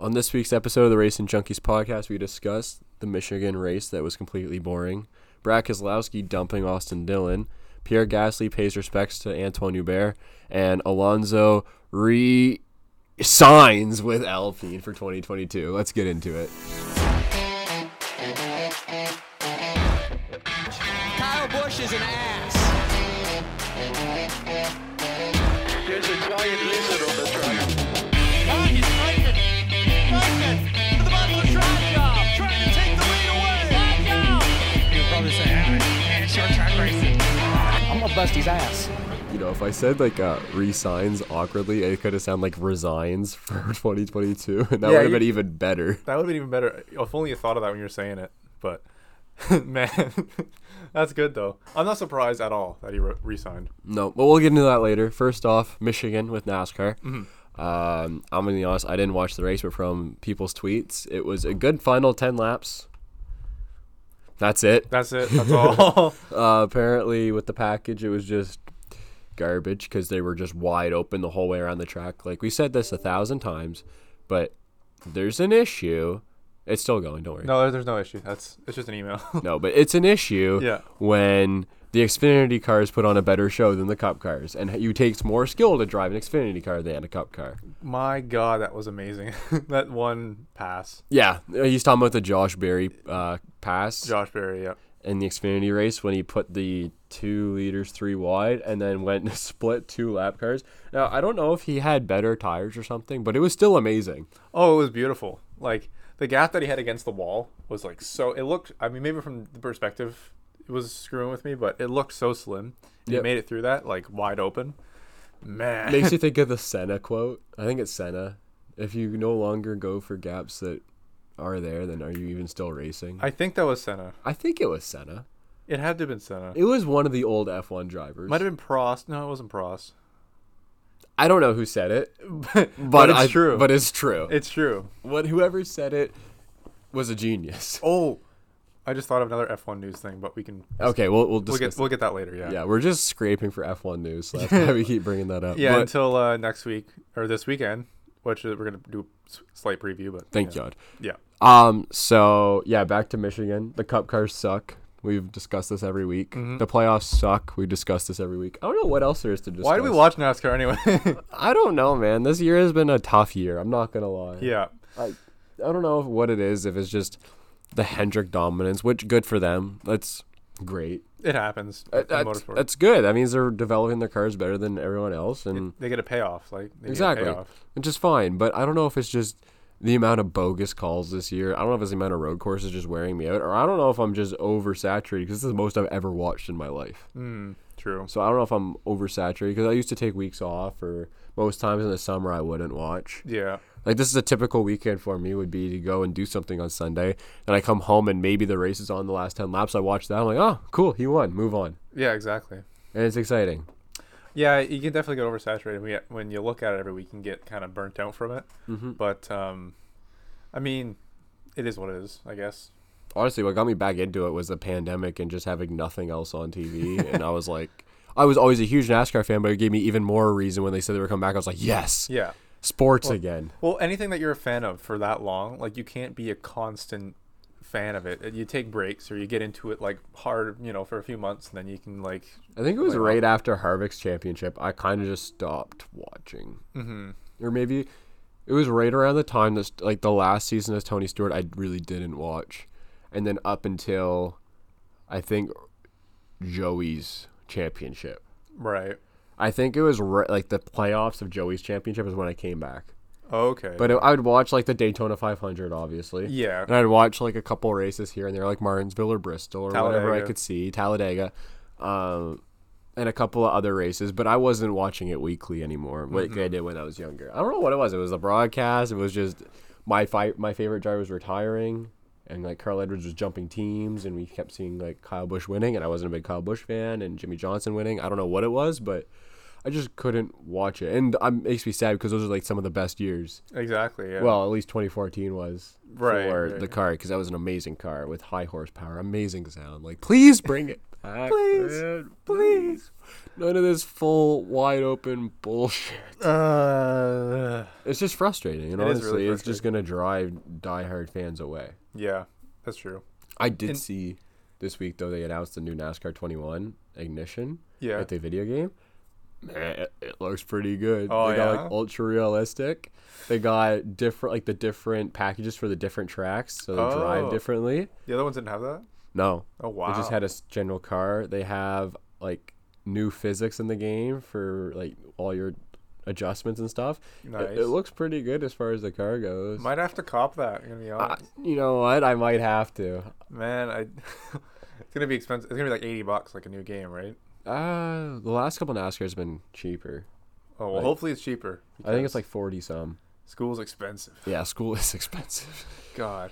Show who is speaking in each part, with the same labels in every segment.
Speaker 1: On this week's episode of the Race and Junkies podcast, we discussed the Michigan race that was completely boring, Brad Keselowski dumping Austin Dillon, Pierre Gasly pays respects to Antoine Hubert, and Alonso re signs with Alpine for 2022. Let's get into it.
Speaker 2: Kyle Bush is an ass.
Speaker 3: There's a giant lizard on the track.
Speaker 2: he's pregnant. Pregnant. To the bottom of the track. job. Trying to take the lead away. job. You'll probably say, ah, it's your track racing. I'm gonna bust his ass.
Speaker 1: You know, if I said like uh, re signs awkwardly, it could have sounded like resigns for 2022, and that
Speaker 4: Yeah,
Speaker 1: would have
Speaker 4: you-
Speaker 1: been even better.
Speaker 4: That would have been even better. uh, If only you thought of that when you were saying it. But man, that's good though. I'm not surprised at all that he re- resigned.
Speaker 1: No, but we'll get into that later. First off, Michigan with NASCAR. Um, I'm gonna be honest, I didn't watch the race, but from people's tweets, it was a good final ten laps. That's it.
Speaker 4: That's it. That's all.
Speaker 1: Uh, apparently, with the package, it was just garbage because they were just wide open the whole way around the track. Like we said this a thousand times, but there's an issue. It's still going. Don't worry.
Speaker 4: no, there- there's no issue. That's it's just an email.
Speaker 1: No, but it's an issue
Speaker 4: Yeah.
Speaker 1: when the Xfinity cars put on a better show than the Cup cars, and you takes more skill to drive an Xfinity car than a Cup car.
Speaker 4: My God, that was amazing. that one pass,
Speaker 1: Yeah, uh, he's talking about the Josh Berry uh, pass
Speaker 4: Josh Berry. Yeah.
Speaker 1: in the Xfinity race when he put the two liters three wide and then went and split two lap cars. Now I don't know if he had better tires or something, but it was still amazing.
Speaker 4: Oh, it was beautiful. Like the gap that he had against the wall was like so. It looked. I mean, maybe from the perspective, it was screwing with me, but it looked so slim. He
Speaker 1: Yep.
Speaker 4: made it through that like wide open. Man.
Speaker 1: Makes you think of the Senna quote. I think it's Senna. If you no longer go for gaps that are there, then are you even still racing?
Speaker 4: I think that was Senna.
Speaker 1: I think it was Senna.
Speaker 4: It had to have been Senna.
Speaker 1: It was one of the old F1 drivers.
Speaker 4: Might have been Prost. No, it wasn't Prost.
Speaker 1: I don't know who said it,
Speaker 4: but,
Speaker 1: but,
Speaker 4: it's
Speaker 1: I-
Speaker 4: true.
Speaker 1: But it's true.
Speaker 4: it's true.
Speaker 1: what whoever said it was a genius.
Speaker 4: Oh, I just thought of another F1 news thing, but we can
Speaker 1: Okay, we'll we'll
Speaker 4: we'll
Speaker 1: discuss.
Speaker 4: get we'll get that later. Yeah.
Speaker 1: yeah, we're just scraping for F1 news. So that's why we keep bringing that up.
Speaker 4: Yeah,
Speaker 1: But
Speaker 4: until uh, next week or this weekend, which uh, we're gonna do a s- slight preview. But
Speaker 1: thank
Speaker 4: yeah.
Speaker 1: God.
Speaker 4: Yeah.
Speaker 1: Um. So yeah, back to Michigan. The Cup cars suck. We've discussed this every week.
Speaker 4: Mm-hmm.
Speaker 1: The playoffs suck. We discuss this every week. I don't know what else there is to discuss.
Speaker 4: Why do we watch NASCAR anyway?
Speaker 1: I don't know, man. This year has been a tough year. I'm not gonna lie.
Speaker 4: yeah.
Speaker 1: I, I don't know if, what it is. If it's just the Hendrick dominance, which good for them. That's great.
Speaker 4: It happens
Speaker 1: Uh,
Speaker 4: in
Speaker 1: That's,
Speaker 4: motorsport.
Speaker 1: that's good. That means they're developing their cars better than everyone else, and
Speaker 4: they get a payoff. Like they get a
Speaker 1: exactly,
Speaker 4: payoff.
Speaker 1: which is fine. But I don't know if it's just the amount of bogus calls this year. I don't know if it's the amount of road courses just wearing me out, or I don't know if I'm just oversaturated because this is the most I've ever watched in my life.
Speaker 4: Mm. True.
Speaker 1: So I don't know if I'm oversaturated because I used to take weeks off, or most times in the summer I wouldn't watch.
Speaker 4: Yeah.
Speaker 1: Like this is a typical weekend for me would be to go and do something on Sunday, and I come home and maybe the race is on the last ten laps. I watch that. I'm like, oh, cool, he won. Move on,
Speaker 4: Yeah. Exactly.
Speaker 1: and it's exciting.
Speaker 4: Yeah, you can definitely get oversaturated. We, when you look at it every week, you can get kind of burnt out from it.
Speaker 1: Mm-hmm.
Speaker 4: But um, I mean, it is what it is, I guess.
Speaker 1: Honestly, what got me back into it was the pandemic and just having nothing else on TV, and I was like. I was always a huge NASCAR fan, but it gave me even more reason when they said they were coming back. I was like, "Yes,
Speaker 4: Yeah.
Speaker 1: sports again."
Speaker 4: Well, anything that you're a fan of for that long, like you can't be a constant fan of it. Uh, You take breaks or you get into it like hard, you know, for a few months, and then you can like,
Speaker 1: I think it was right after Harvick's championship. I kind of just stopped watching, mm-hmm. or maybe it was right around the time that like the last season of Tony Stewart. I really didn't watch, and then up until I think Joey's championship.
Speaker 4: right.
Speaker 1: I think it was ri- like the playoffs of Joey's championship is when I came back.
Speaker 4: Okay.
Speaker 1: But it, I would watch like the Daytona 500, obviously.
Speaker 4: Yeah.
Speaker 1: And I'd watch like a couple races here and there, like Martinsville or Bristol or whatever I
Speaker 4: Talladega.
Speaker 1: could see, Talladega, um, and a couple of other races. But I wasn't watching it weekly anymore, like
Speaker 4: Mm-hmm.
Speaker 1: I did when I was younger. I don't know what it was. It was the broadcast. It was just my fi- my favorite driver was retiring, and like Carl Edwards was jumping teams, and we kept seeing like Kyle Busch winning, and I wasn't a big Kyle Busch fan, and Jimmy Johnson winning. I don't know what it was, but I just couldn't watch it, and um, it makes me sad because those are like some of the best years.
Speaker 4: Exactly. Yeah.
Speaker 1: Well, at least 2014 was
Speaker 4: Right,
Speaker 1: for
Speaker 4: right.
Speaker 1: the car because that was an amazing car with high horsepower, amazing sound. Like, please bring it back,
Speaker 4: Please,
Speaker 1: man. please. None of this full, wide open bullshit.
Speaker 4: Uh,
Speaker 1: It's just frustrating, and
Speaker 4: It is
Speaker 1: honestly,
Speaker 4: really
Speaker 1: it's just gonna drive diehard fans away.
Speaker 4: yeah, that's true.
Speaker 1: I did
Speaker 4: And-
Speaker 1: see this week though they announced the new NASCAR 21 ignition
Speaker 4: Yeah.
Speaker 1: at the video game. Man, it, it looks pretty good.
Speaker 4: Oh,
Speaker 1: they got
Speaker 4: yeah?
Speaker 1: like ultra realistic. They got different like the different packages for the different tracks, so they drive
Speaker 4: Oh.
Speaker 1: differently.
Speaker 4: The other ones didn't have that.
Speaker 1: No,
Speaker 4: Oh wow.
Speaker 1: they just had a s- general car. They have like new physics in the game for like all your adjustments and stuff. It- It,
Speaker 4: Nice.
Speaker 1: looks pretty good as far as the car goes.
Speaker 4: Might have to cop that. I'm gonna be
Speaker 1: I-
Speaker 4: honest.
Speaker 1: you know what? I might have to.
Speaker 4: Man, I. it's gonna be expensive. It's gonna be like eighty bucks, like a new game, right?
Speaker 1: Uh, the last couple NASCAR's been cheaper.
Speaker 4: Oh well,
Speaker 1: Like-
Speaker 4: hopefully it's cheaper.
Speaker 1: I think it's
Speaker 4: because
Speaker 1: like forty some.
Speaker 4: school's expensive.
Speaker 1: Yeah, school is expensive.
Speaker 4: God.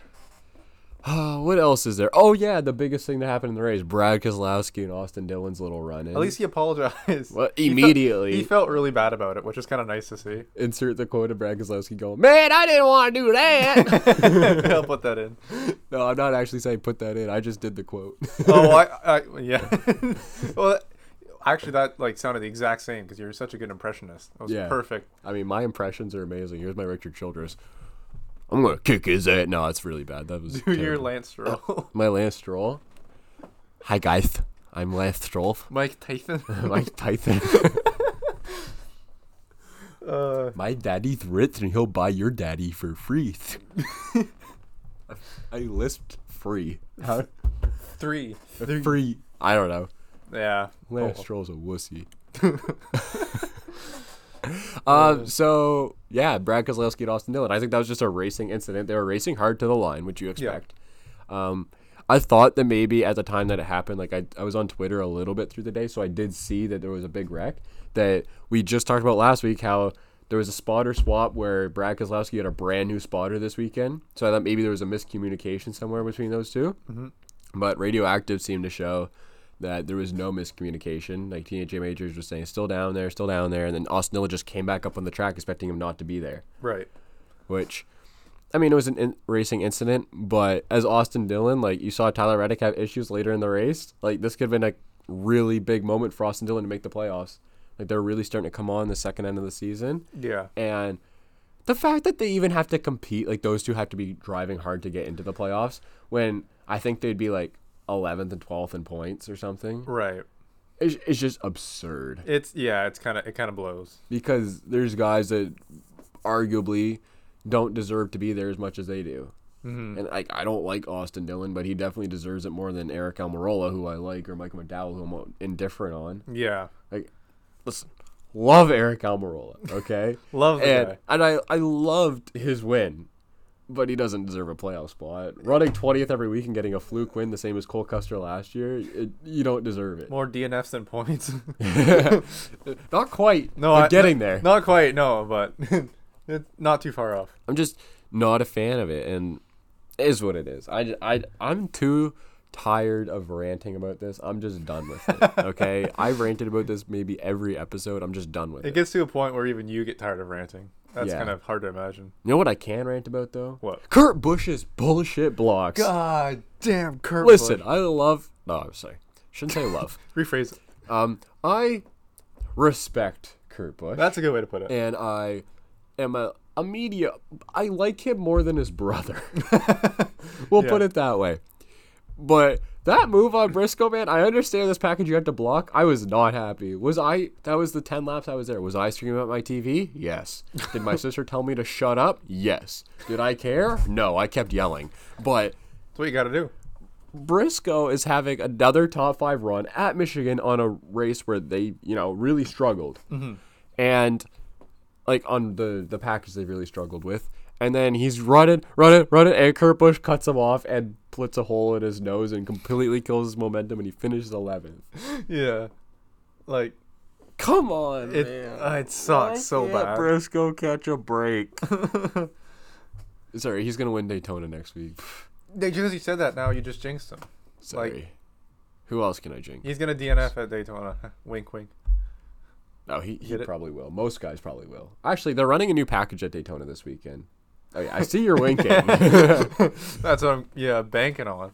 Speaker 1: Uh, what else is there? Oh yeah, the biggest thing that happened in the race: Brad Keselowski and Austin Dillon's little run-in.
Speaker 4: At least he apologized.
Speaker 1: Well,
Speaker 4: He felt-
Speaker 1: immediately.
Speaker 4: he felt really bad about it, which is kind of nice to see.
Speaker 1: insert the quote of Brad Keselowski going, "Man, I didn't want to do that."
Speaker 4: I'll put that in.
Speaker 1: no, I'm not actually saying put that in. I just did the quote.
Speaker 4: Oh, I, I yeah. well, actually, that like sounded the exact same because you're such a good impressionist. That was
Speaker 1: Yeah.
Speaker 4: perfect.
Speaker 1: I mean, my impressions are amazing. Here's my Richard Childress. I'm gonna kick his ass. No, it's really bad. That was
Speaker 4: Do your
Speaker 1: terrible.
Speaker 4: Lance Stroll,
Speaker 1: my Lance Stroll. Hi guys, I'm Lance Stroll.
Speaker 4: Mike Tyson.
Speaker 1: Mike Tyson.
Speaker 4: Uh,
Speaker 1: My daddy's rich and he'll buy your daddy for free. I lisped free.
Speaker 4: three.
Speaker 1: Free. I don't know.
Speaker 4: Yeah.
Speaker 1: Lance
Speaker 4: Oh.
Speaker 1: Stroll's a wussy. um, so, yeah, Brad Keselowski and Austin Dillon. I think that was just a racing incident. They were racing hard to the line, which you expect. Um, I thought that maybe at the time that it happened, like I, I was on Twitter a little bit through the day, so I did see that there was a big wreck that we just talked about last week. How there was a spotter swap where Brad Keselowski had a brand new spotter this weekend, so I thought maybe there was a miscommunication somewhere between those 2 But Radioactive seemed to show that there was no miscommunication. Like TNJ Majors was saying, still down there, still down there, and then Austin Dillon just came back up on the track, expecting him not to be there
Speaker 4: Right.
Speaker 1: which I mean, it was an in- racing incident, but as Austin Dillon, like you saw Tyler Reddick have issues later in the race. Like this could have been a really big moment for Austin Dillon to make the playoffs. Like they're really starting to come on the second end of the season,
Speaker 4: Yeah.
Speaker 1: and the fact that they even have to compete, like those two have to be driving hard to get into the playoffs. When I think they'd be like 11th and 12th in points or something,
Speaker 4: Right.
Speaker 1: it's, it's just absurd
Speaker 4: It's yeah. It's kind of it kind of blows.
Speaker 1: because there's guys that arguably don't deserve to be there as much as they do. And I, I don't like Austin Dillon, but he definitely deserves it more than Eric Almirola, who I like, or Michael McDowell, who I'm indifferent on.
Speaker 4: Yeah.
Speaker 1: Like, listen, love Eric Almirola, okay?
Speaker 4: Love the
Speaker 1: and
Speaker 4: guy.
Speaker 1: and I, I loved his win, but he doesn't deserve a playoff spot. Running 20th every week and getting a fluke win, the same as Cole Custer last year, it, you don't deserve it.
Speaker 4: More DNFs than points.
Speaker 1: Not quite.
Speaker 4: no,
Speaker 1: but
Speaker 4: I-
Speaker 1: getting
Speaker 4: no-
Speaker 1: there.
Speaker 4: Not quite. No, but it's not too far off.
Speaker 1: I'm just not a fan of it, and it is what it is. I, ju- I I'm too tired of ranting about this. I'm just done with it. Okay, I've ranted about this maybe every episode. I'm just done with it.
Speaker 4: It gets to a point where even you get tired of ranting. That's
Speaker 1: Yeah.
Speaker 4: kind of hard to imagine.
Speaker 1: you know what I can rant about though?
Speaker 4: What?
Speaker 1: Kurt Bush's bullshit blocks.
Speaker 4: God damn, Kurt.
Speaker 1: Listen, I love. No, I'm sorry. Shouldn't say love.
Speaker 4: rephrase it.
Speaker 1: um, I respect Kurt Bush.
Speaker 4: That's a good way to put it.
Speaker 1: and I am a, a media. I like him more than his brother. we'll put
Speaker 4: Yeah.
Speaker 1: it that way. But that move on Briscoe, man, I understand this package you had to block. I was not happy. Was I? That was the ten laps I was there. Was I screaming at my TV? Yes. Did my sister tell me to shut up? Yes. Did I care? No. I kept yelling. But
Speaker 4: That's what you got to do.
Speaker 1: Briscoe is having another top five run at Michigan on a race where they, you know, really struggled,
Speaker 4: Mm-hmm.
Speaker 1: and like on the the package they really struggled with. And then he's running, running, running, and Kurt Busch cuts him off and puts a hole in his nose and completely kills his momentum, and he finishes 11th.
Speaker 4: Yeah. Like
Speaker 1: Come on,
Speaker 4: it.
Speaker 1: man.
Speaker 4: Uh, it sucks so bad.
Speaker 1: Briscoe catch a break. Sorry, he's gonna win Daytona next week.
Speaker 4: They- Because you said that, now you just jinxed him.
Speaker 1: Sorry. Who else can I jinx?
Speaker 4: He's gonna DNF at Daytona. wink, wink.
Speaker 1: No, Oh, he, he
Speaker 4: Get it?
Speaker 1: probably will. Most guys probably will. Actually, they're running a new package at Daytona this weekend. Oh, yeah, I see you're winking.
Speaker 4: That's what I'm yeah banking on.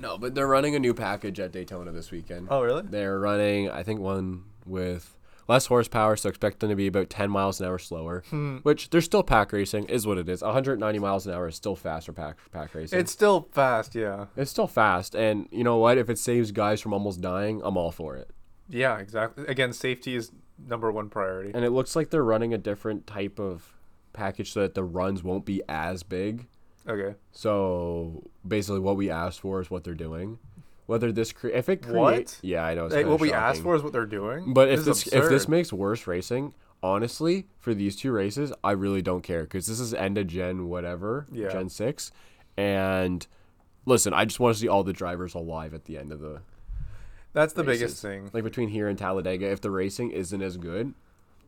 Speaker 1: no, but they're running a new package at Daytona this weekend.
Speaker 4: Oh really?
Speaker 1: They're running, I think, one with less horsepower, so expect them to be about 10 miles an hour slower,
Speaker 4: Hmm.
Speaker 1: which they're still pack racing, is what it is. 190 miles an hour is still faster pack, pack racing.
Speaker 4: It's still fast. Yeah.
Speaker 1: it's still fast, and you know what? If it saves guys from almost dying, I'm all for it.
Speaker 4: Yeah. Exactly. Again, safety is number one priority.
Speaker 1: and it looks like they're running a different type of package so that the runs won't be as big.
Speaker 4: Okay.
Speaker 1: So basically, what we asked for is what they're doing. Whether this cre- if it create
Speaker 4: What?
Speaker 1: yeah I know it's
Speaker 4: Like,
Speaker 1: kinda
Speaker 4: what we asked
Speaker 1: shocking.
Speaker 4: for is what they're doing.
Speaker 1: but if
Speaker 4: is
Speaker 1: this if this
Speaker 4: absurd.
Speaker 1: makes worse racing, honestly, for these two races, I really don't care because this is end of gen whatever
Speaker 4: Yeah.
Speaker 1: gen six, and listen, I just want to see all the drivers alive at the end of the
Speaker 4: that's the
Speaker 1: races.
Speaker 4: biggest thing.
Speaker 1: Like between here and Talladega, if the racing isn't as good,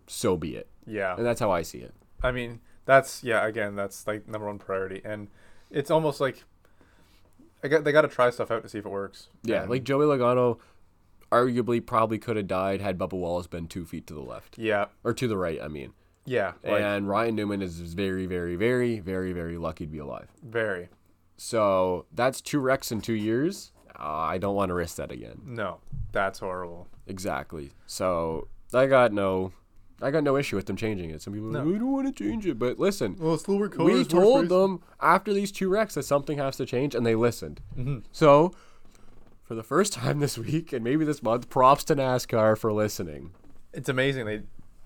Speaker 1: so be it,
Speaker 4: yeah.
Speaker 1: and that's how I see it.
Speaker 4: I mean, that's yeah. Again, that's like number one priority, and it's almost like I got they got to try stuff out to see if it works.
Speaker 1: Yeah,
Speaker 4: And-
Speaker 1: like Joey Logano arguably probably could have died had Bubba Wallace been two feet to the left
Speaker 4: yeah,
Speaker 1: or to the right, I mean.
Speaker 4: yeah, like
Speaker 1: and Ryan Newman is very, very, very, very, very lucky to be alive.
Speaker 4: very
Speaker 1: So that's two wrecks in two years. Uh, I don't want to risk that again.
Speaker 4: no, that's horrible.
Speaker 1: Exactly. So I got no, I got no issue with them changing it. Some people, are like,
Speaker 4: No.
Speaker 1: we don't want to change it, but listen,
Speaker 4: Well, slower
Speaker 1: we told them after these two wrecks that something has to change, and they listened.
Speaker 4: Mm-hmm.
Speaker 1: So, for the first time this week and maybe this month, props to NASCAR for listening.
Speaker 4: It's amazing they.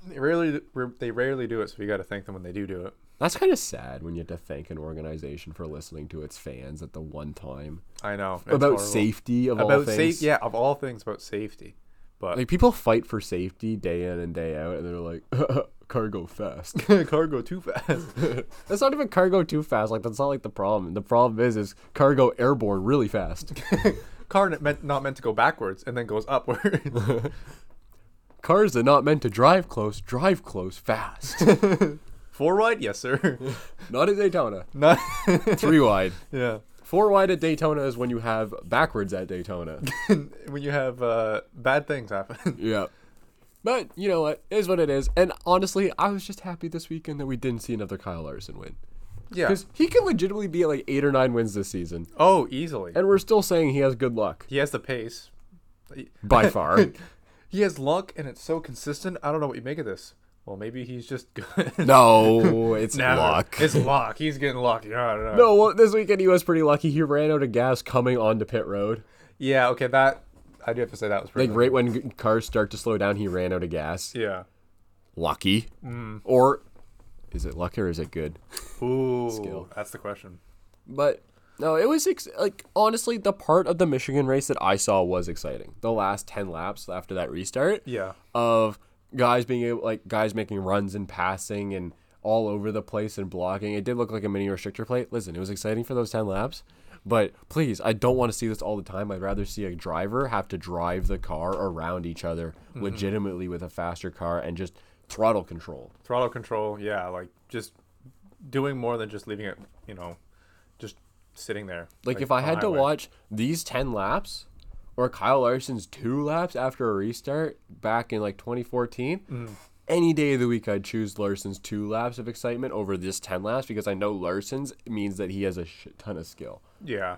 Speaker 4: They rarely, they rarely do it, so we got to thank them when they do do it.
Speaker 1: That's kind of sad when you have to thank an organization for listening to its fans at the one time
Speaker 4: I know it's
Speaker 1: about
Speaker 4: horrible.
Speaker 1: safety of all
Speaker 4: about
Speaker 1: things.
Speaker 4: safety, yeah, of all things about safety. But
Speaker 1: Like people fight for safety day in and day out, and they're like, "Cargo fast."
Speaker 4: cargo too fast.
Speaker 1: that's not even cargo too fast. Like that's not like the problem. The problem is, is cargo airborne really fast.
Speaker 4: Car not meant, not meant to go backwards and then goes upwards.
Speaker 1: Cars are not meant to drive close. Drive close fast.
Speaker 4: Four wide, yes sir.
Speaker 1: Not at Daytona.
Speaker 4: Not,
Speaker 1: Three wide.
Speaker 4: yeah.
Speaker 1: Four wide at Daytona is when you have backwards at Daytona.
Speaker 4: when you have uh, bad things happen.
Speaker 1: yeah. But you know what? It is what it is. And honestly, I was just happy this weekend that we didn't see another Kyle Larson win.
Speaker 4: yeah.
Speaker 1: Because he could legitimately be at like eight or nine wins this season.
Speaker 4: Oh, easily.
Speaker 1: And we're still saying he has good luck.
Speaker 4: He has the pace.
Speaker 1: By far.
Speaker 4: He has luck, and it's so consistent. I don't know what you make of this. Well, maybe he's just good.
Speaker 1: no, it's
Speaker 4: Never.
Speaker 1: luck.
Speaker 4: It's luck. He's getting lucky. I don't know.
Speaker 1: no, well, this weekend he was pretty lucky. He ran out of gas coming onto pit road.
Speaker 4: Yeah. Okay. That I do have to say that was pretty.
Speaker 1: Like right when g- cars start to slow down, he ran out of gas.
Speaker 4: yeah. Mm.
Speaker 1: Lucky. Or is it lucky or is it good?
Speaker 4: Ooh. That's the question.
Speaker 1: But no, it was ex- like honestly the part of the Michigan race that I saw was exciting. The last 10 laps after that restart
Speaker 4: Yeah.
Speaker 1: of guys being able like guys making runs and passing and all over the place and blocking. It did look like a mini restrictor plate. Listen, it was exciting for those 10 laps. But please, I don't want to see this all the time. I'd rather see a driver have to drive the car around each other legitimately with a faster car and just throttle control.
Speaker 4: Throttle control. Yeah. Like just doing more than just leaving it. You know, just sitting there.
Speaker 1: Like, if I
Speaker 4: on
Speaker 1: had to
Speaker 4: highway.
Speaker 1: watch these 10 laps or Kyle Larson's two laps after a restart back in like 2014, any day of the week I'd choose Larson's two laps of excitement over this 10 laps because I know Larson's means that he has a shit ton of skill.
Speaker 4: Yeah.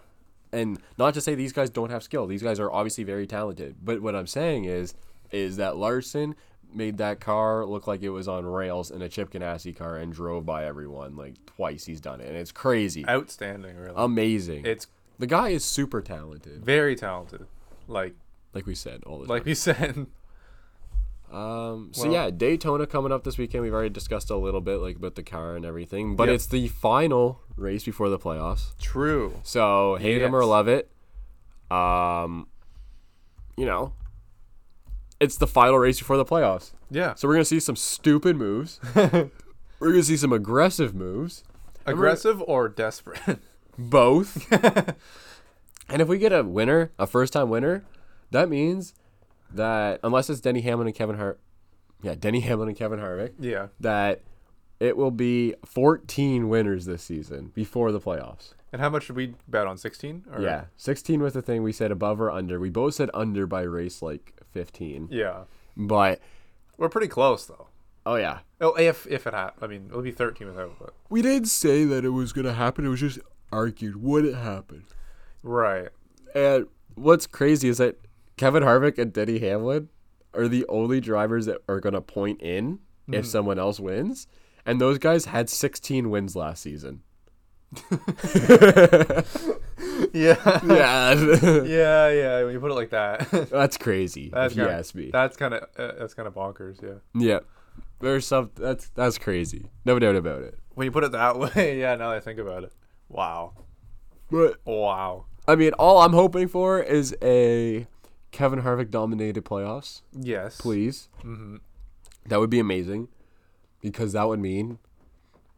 Speaker 1: And not to say these guys don't have skill. These guys are obviously very talented. But what I'm saying is is that Larson made that car look like it was on rails in a Chip Ganassi car and drove by everyone like twice he's done it. And it's crazy.
Speaker 4: Outstanding. Really.
Speaker 1: Um, Amazing.
Speaker 4: it's
Speaker 1: The guy is super talented,
Speaker 4: very talented. Like
Speaker 1: like we said all the
Speaker 4: like
Speaker 1: time.
Speaker 4: we said.
Speaker 1: Um, so yeah, Daytona coming up this weekend. We've already discussed a little bit like about the car and everything, but
Speaker 4: Yep.
Speaker 1: it's the final race before the playoffs.
Speaker 4: True.
Speaker 1: So hate him or
Speaker 4: Yes.
Speaker 1: love it, um, you know, it's the final race before the playoffs.
Speaker 4: Yeah.
Speaker 1: So we're gonna see some stupid moves. we're gonna see some aggressive moves.
Speaker 4: aggressive or desperate.
Speaker 1: both. and if we get a winner, a first time winner, that means that unless it's Denny Hamlin and Kevin Hart, yeah, Denny Hamlin and Kevin Harvick,
Speaker 4: yeah.
Speaker 1: that it will be 14 winners this season before the playoffs.
Speaker 4: And how much should we bet on? 16? Or?
Speaker 1: Yeah, 16 was the thing we said above or under. We both said under by race like 15,
Speaker 4: Yeah.
Speaker 1: but
Speaker 4: We're pretty close though.
Speaker 1: Oh yeah.
Speaker 4: Oh, if if it happened, I mean, it'll be 13 without. But
Speaker 1: We didn't say that it was gonna happen. It was just argued would it happen.
Speaker 4: right,
Speaker 1: And what's crazy is that Kevin Harvick and Denny Hamlin are the only drivers that are gonna point in
Speaker 4: Mm-hmm.
Speaker 1: if someone else wins. And those guys had 16 wins last season.
Speaker 4: yeah,
Speaker 1: Yeah,
Speaker 4: yeah, yeah. When you put it like that,
Speaker 1: that's crazy.
Speaker 4: that's
Speaker 1: if you
Speaker 4: kinda,
Speaker 1: ask me.
Speaker 4: That's kind of uh, that's kind of bonkers. Yeah,
Speaker 1: yeah, there's some. That's that's crazy. No doubt about it.
Speaker 4: when you put it that way, yeah. Now that I think about it, wow,
Speaker 1: But
Speaker 4: wow.
Speaker 1: I mean, all I'm hoping for is a Kevin Harvick dominated playoffs,
Speaker 4: Yes,
Speaker 1: please.
Speaker 4: Mm-hmm.
Speaker 1: That would be amazing because that would mean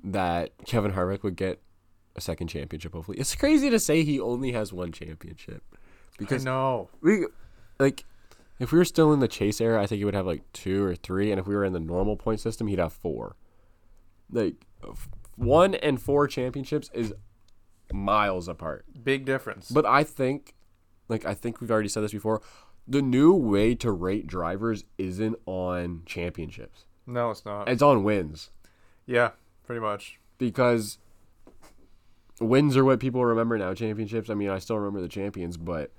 Speaker 1: that Kevin Harvick would get a second championship, hopefully. It's crazy to say he only has one championship
Speaker 4: I
Speaker 1: because
Speaker 4: know.
Speaker 1: we, like, if we were still in the chase era, I think he would have like two or three. And if we were in the normal point system, he'd have four. Like, f- one and four championships is miles apart.
Speaker 4: Big difference.
Speaker 1: But I think, like, I think we've already said this before. The new way to rate drivers isn't on championships;
Speaker 4: no, it's not.
Speaker 1: it's on wins
Speaker 4: yeah, pretty much.
Speaker 1: because wins are what people remember now. Championships. I mean, I still remember the champions, but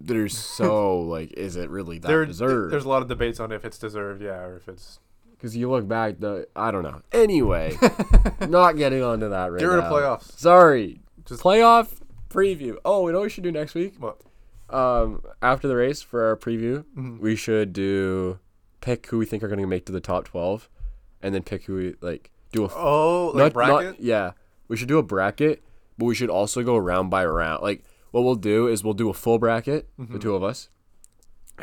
Speaker 1: there's so like, is it really that
Speaker 4: There, there's
Speaker 1: deserved?
Speaker 4: a lot of debates on if it's deserved, yeah, or if it's.
Speaker 1: Because you look back, the I don't know. Anyway, not getting onto that right
Speaker 4: Get rid of
Speaker 1: now.
Speaker 4: playoffs.
Speaker 1: Sorry,
Speaker 4: Just-
Speaker 1: playoff preview. Oh, you know what we should do next week?
Speaker 4: Well,
Speaker 1: um, after the race for our preview,
Speaker 4: Mm-hmm.
Speaker 1: we should do pick who we think are going to make to the top twelve, and then pick who we like do a f-
Speaker 4: oh, like
Speaker 1: not- not-
Speaker 4: bracket.
Speaker 1: yeah, we should do a bracket, but we should also go round by round. Like what we'll do is we'll do a full bracket,
Speaker 4: Mm-hmm.
Speaker 1: the two of us,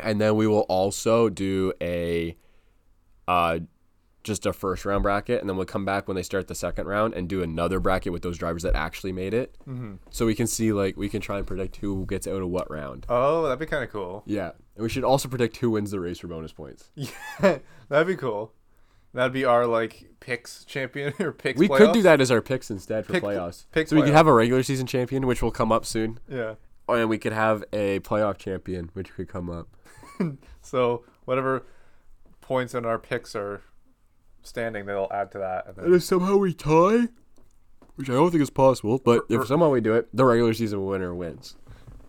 Speaker 1: and then we will also do a, uh, just a first round bracket, and then we'll come back when they start the second round and do another bracket with those drivers that actually made it. Mm-hmm. So we can see like we can try and predict who gets out of what round.
Speaker 4: oh, that'd be kind of cool.
Speaker 1: Yeah, and we should also predict who wins the race for bonus points.
Speaker 4: that'd be cool. That'd be our like picks champion or picks.
Speaker 1: We could do
Speaker 4: playoffs.
Speaker 1: that as our picks instead for
Speaker 4: Pick-
Speaker 1: playoffs.
Speaker 4: pick
Speaker 1: so we could
Speaker 4: playoff.
Speaker 1: have a regular season champion, which will come up soon,
Speaker 4: Yeah.
Speaker 1: Oh, and we could have a playoff champion, which could come up.
Speaker 4: So whatever points in our picks are standing, they'll add to that. And
Speaker 1: And
Speaker 4: then,
Speaker 1: if somehow we tie, which I don't think is possible, but if somehow we do it, the regular season winner wins.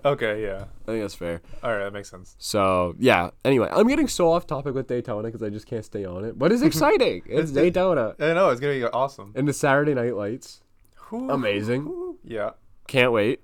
Speaker 4: okay, yeah.
Speaker 1: I think that's fair.
Speaker 4: All right, that makes sense.
Speaker 1: So yeah. Anyway, I'm getting so off topic with Daytona because I just can't stay on it, but it's exciting. it's Daytona
Speaker 4: I know it's gonna be awesome.
Speaker 1: and the Saturday Night Lights.
Speaker 4: Whoo.
Speaker 1: Amazing.
Speaker 4: Yeah,
Speaker 1: Can't wait.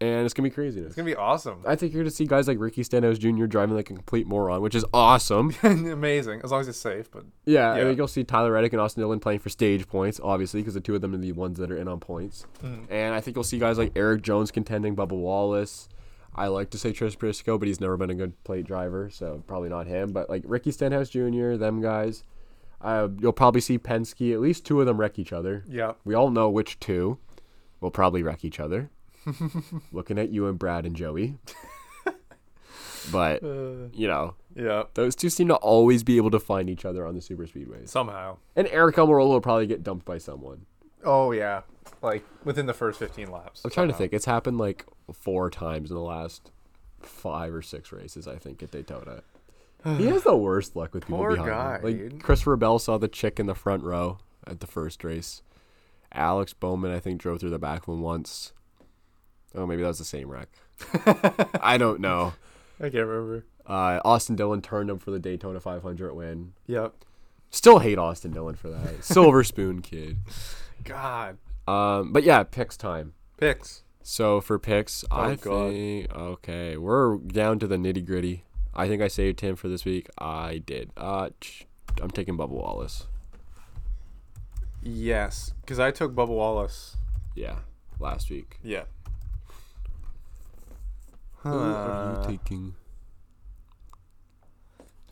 Speaker 1: And it's gonna be craziness.
Speaker 4: it's gonna be awesome.
Speaker 1: I think you're going to see guys like Ricky Stenhouse Jr. driving like a complete moron, which is awesome.
Speaker 4: Amazing, as long as it's safe. But
Speaker 1: Yeah, I
Speaker 4: Yeah.
Speaker 1: mean, you'll see Tyler Reddick and Austin Dillon playing for stage points, obviously, because the two of them are the ones that are in on points. And I think you'll see guys like Eric Jones contending, Bubba Wallace. I like to say Tris Briscoe, but he's never been a good plate driver, so probably not him. But like Ricky Stenhouse Jr., them guys. Uh, you'll probably see Penske. At least two of them wreck each other.
Speaker 4: yeah,
Speaker 1: We all know which two will probably wreck each other. Looking at you and Brad and Joey. but, you know,
Speaker 4: yeah.
Speaker 1: those two seem to always be able to find each other on the super speedways.
Speaker 4: Somehow.
Speaker 1: And Eric Almirola will probably get dumped by someone.
Speaker 4: Oh yeah, like within the first 15 laps.
Speaker 1: I'm trying to think. It's happened like four times in the last five or six races, I think, at Daytona. he has the worst luck with people
Speaker 4: Poor
Speaker 1: behind
Speaker 4: guy,
Speaker 1: him. Like
Speaker 4: dude.
Speaker 1: Christopher Bell saw the chick in the front row at the first race. Alex Bowman, I think, drove through the back one once. Oh, maybe that was the same wreck. I don't know.
Speaker 4: I can't remember.
Speaker 1: Uh, Austin Dillon turned him for the Daytona 500 win.
Speaker 4: Yep.
Speaker 1: Still hate Austin Dillon for that. Silver spoon kid.
Speaker 4: God.
Speaker 1: Um, but yeah, picks time.
Speaker 4: Picks.
Speaker 1: So for picks, I
Speaker 4: God.
Speaker 1: think okay, we're down to the nitty gritty. I think I saved him for this week. I did. Uh, ch- I'm taking Bubba Wallace.
Speaker 4: Yes, because I took Bubba Wallace.
Speaker 1: Yeah, last week.
Speaker 4: Yeah.
Speaker 1: Who are you taking?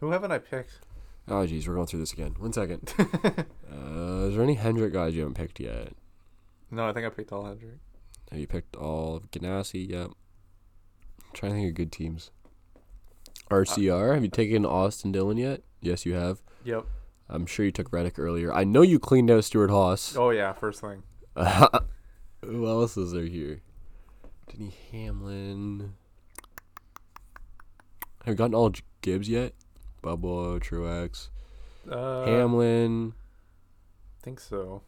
Speaker 4: Who haven't I picked?
Speaker 1: Oh geez, we're going through this again. One second. uh, is there any Hendrick guys you haven't picked yet?
Speaker 4: No, I think I picked All Hendrick.
Speaker 1: Have you picked all of Ganassi? Yep. trying to think of good teams. RCR. have you taken Austin Dillon yet? Yes, you have.
Speaker 4: Yep.
Speaker 1: I'm sure you took Reddick earlier. I know you cleaned out Stuart Haas.
Speaker 4: Oh yeah, first thing.
Speaker 1: Who else is there here? Denny Hamlin. Have you gotten all J- Gibbs yet? Bubba, Truex,
Speaker 4: Uh,
Speaker 1: Hamlin.
Speaker 4: I think so.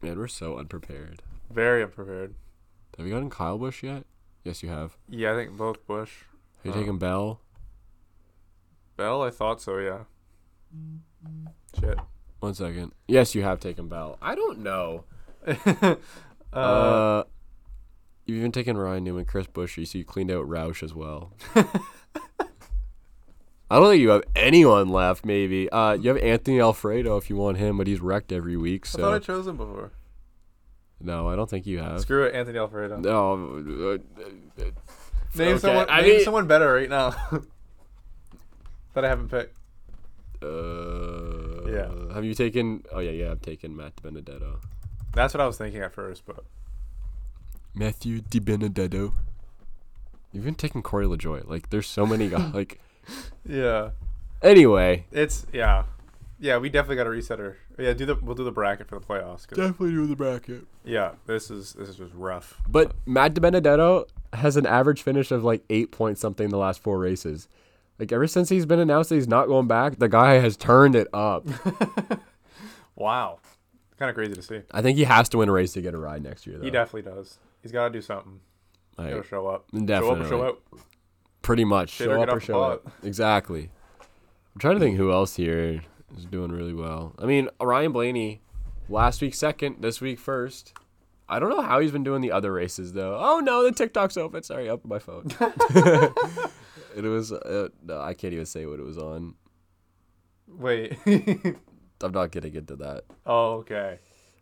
Speaker 1: Man, we're so unprepared.
Speaker 4: Very unprepared.
Speaker 1: Have you gotten Kyle Bush yet? Yes, you have.
Speaker 4: Yeah, I think both Bush.
Speaker 1: Have you
Speaker 4: Uh,
Speaker 1: taken Bell?
Speaker 4: Bell, I thought so, yeah. Shit.
Speaker 1: One second. Yes, you have taken Bell. I don't know.
Speaker 4: Uh,
Speaker 1: Uh, you've even taken Ryan Newman, Chris Bushy, so you cleaned out Roush as well. I don't think you have anyone left. Maybe uh, you have Anthony Alfredo if you want him, but he's wrecked every week.
Speaker 4: I thought
Speaker 1: So
Speaker 4: I chose him before.
Speaker 1: no, I don't think you have.
Speaker 4: Screw it, Anthony Alfredo.
Speaker 1: No, uh,
Speaker 4: Name
Speaker 1: Okay,
Speaker 4: someone.
Speaker 1: I
Speaker 4: name
Speaker 1: mean-
Speaker 4: someone better right now. that I haven't picked.
Speaker 1: Uh, Have you taken? Oh yeah, yeah. I've taken Matt Benedetto.
Speaker 4: That's what I was thinking at first, but
Speaker 1: Matthew Di Benedetto. You've been taking Corey LaJoy. Like, there's so many guys. like,
Speaker 4: yeah,
Speaker 1: anyway.
Speaker 4: it's yeah, yeah. We definitely got to reset her. Yeah, do the we'll do the bracket for the playoffs. 'cause-
Speaker 1: Definitely do the bracket.
Speaker 4: yeah, this is this was rough.
Speaker 1: But Matt Di Benedetto has an average finish of like eight point something the last four races. Like ever since he's been announced that he's not going back, the guy has turned it up.
Speaker 4: Wow, kind of crazy to see.
Speaker 1: I think he has to win a race to get a ride next year. Though.
Speaker 4: He definitely does. He's got to do something.
Speaker 1: Like,
Speaker 4: Got to show up.
Speaker 1: Definitely.
Speaker 4: Show up or show out.
Speaker 1: pretty much
Speaker 4: Shit or
Speaker 1: show up
Speaker 4: get off
Speaker 1: or
Speaker 4: the
Speaker 1: show up.
Speaker 4: pot.
Speaker 1: Exactly. I'm trying to think who else here is doing really well. I mean, Ryan Blaney, last week second, this week first. I don't know how he's been doing the other races though. Oh no, the TikTok's open. Sorry, I opened my phone. it was uh, no, I can't even say what it was on.
Speaker 4: Wait.
Speaker 1: I'm not gonna get to that.
Speaker 4: oh, okay.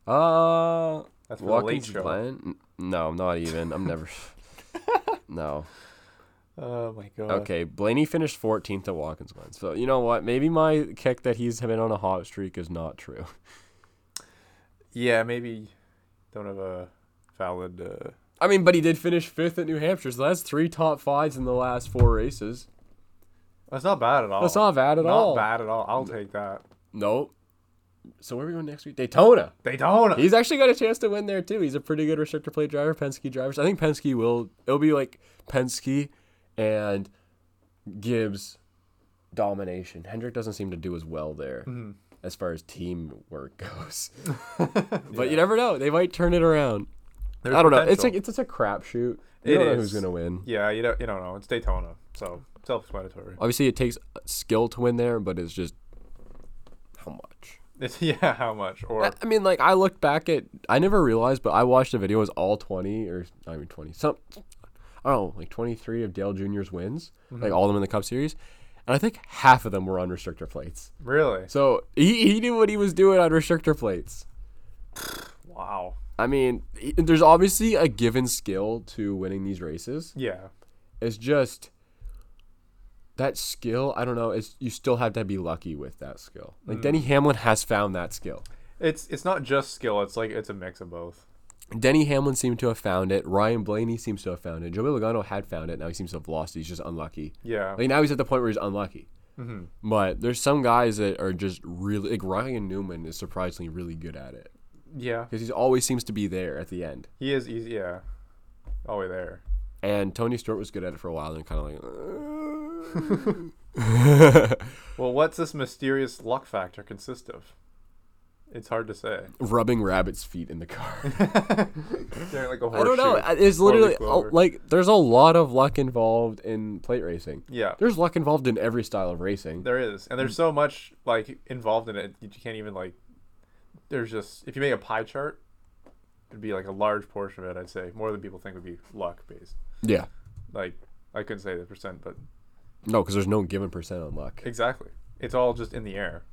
Speaker 1: Uh,
Speaker 4: That's for the late
Speaker 1: Watkins
Speaker 4: show.
Speaker 1: Glen? N- No, I'm not even. I'm never. no.
Speaker 4: Oh my god.
Speaker 1: Okay, Blaney finished 14th at Watkins Glen. So, you know what? Maybe my kick that he's been on a hot streak is not true.
Speaker 4: Yeah, maybe don't have a valid. Uh,
Speaker 1: I mean, but he did finish 5th at New Hampshire, so that's three top fives in the last four races.
Speaker 4: that's not bad at all.
Speaker 1: That's not bad at all.
Speaker 4: Not bad at all. I'll take that.
Speaker 1: Nope. So, where are we going next week? Daytona.
Speaker 4: Daytona.
Speaker 1: He's actually got a chance to win there, too. He's a pretty good restrictor plate driver, Penske driver. So I think Penske will. It'll be like Penske and Gibbs domination. Hendrick doesn't seem to do as well there
Speaker 4: Mm-hmm.
Speaker 1: as far as team work goes. but you never know; they might turn it around.
Speaker 4: There's
Speaker 1: I don't know. It's
Speaker 4: potential.
Speaker 1: a it's a crapshoot.
Speaker 4: It
Speaker 1: You don't know who's
Speaker 4: is.
Speaker 1: gonna win.
Speaker 4: yeah, you don't you don't know. It's Daytona, so self-explanatory.
Speaker 1: Obviously, it takes skill to win there, but it's just how much.
Speaker 4: It's, yeah, how much or
Speaker 1: I- I mean, like I looked back at, I never realized, but I watched a video. It was all twenty or not even twenty, some, I don't know, like twenty three of Dale Jr.'s wins, like all of them in the Cup Series, and I think half of them were on restrictor plates.
Speaker 4: really?
Speaker 1: So he he knew what he was doing on restrictor plates.
Speaker 4: Wow.
Speaker 1: I mean, i- there's obviously a given skill to winning these races.
Speaker 4: Yeah.
Speaker 1: It's just that skill. I don't know. It's you still have to be lucky with that skill. Like Denny Hamlin has found that skill.
Speaker 4: It's it's not just skill. It's like it's a mix of both.
Speaker 1: Denny Hamlin seemed to have found it. Ryan Blaney seems to have found it. Joey Logano had found it. Now he seems to have lost. it. He's just unlucky.
Speaker 4: Yeah. Mm-hmm.
Speaker 1: Like now he's at the point where he's unlucky. But there's some guys that are just really like Ryan Newman is surprisingly really good at it
Speaker 4: yeah.
Speaker 1: because he always seems to be there at the end.
Speaker 4: He is easy. Yeah. All the way there.
Speaker 1: And Tony Stewart was good at it for a while and uh, kind of like.
Speaker 4: Well, what's this mysterious luck factor consist of? It's hard to say.
Speaker 1: rubbing rabbits' feet in the car.
Speaker 4: They're like a
Speaker 1: I don't know.
Speaker 4: horseshoe.
Speaker 1: It's
Speaker 4: Or
Speaker 1: literally
Speaker 4: leaf clover.
Speaker 1: oh, like there's a lot of luck involved in plate racing.
Speaker 4: Yeah.
Speaker 1: There's luck involved in every style of racing.
Speaker 4: There is, and there's so much like involved in it. You can't even like. There's just if you make a pie chart, it'd be like a large portion of it. I'd say more than people think would be luck based.
Speaker 1: Yeah.
Speaker 4: Like I couldn't say the percent, but
Speaker 1: No, because there's no given percent on luck.
Speaker 4: exactly, it's all just in the air.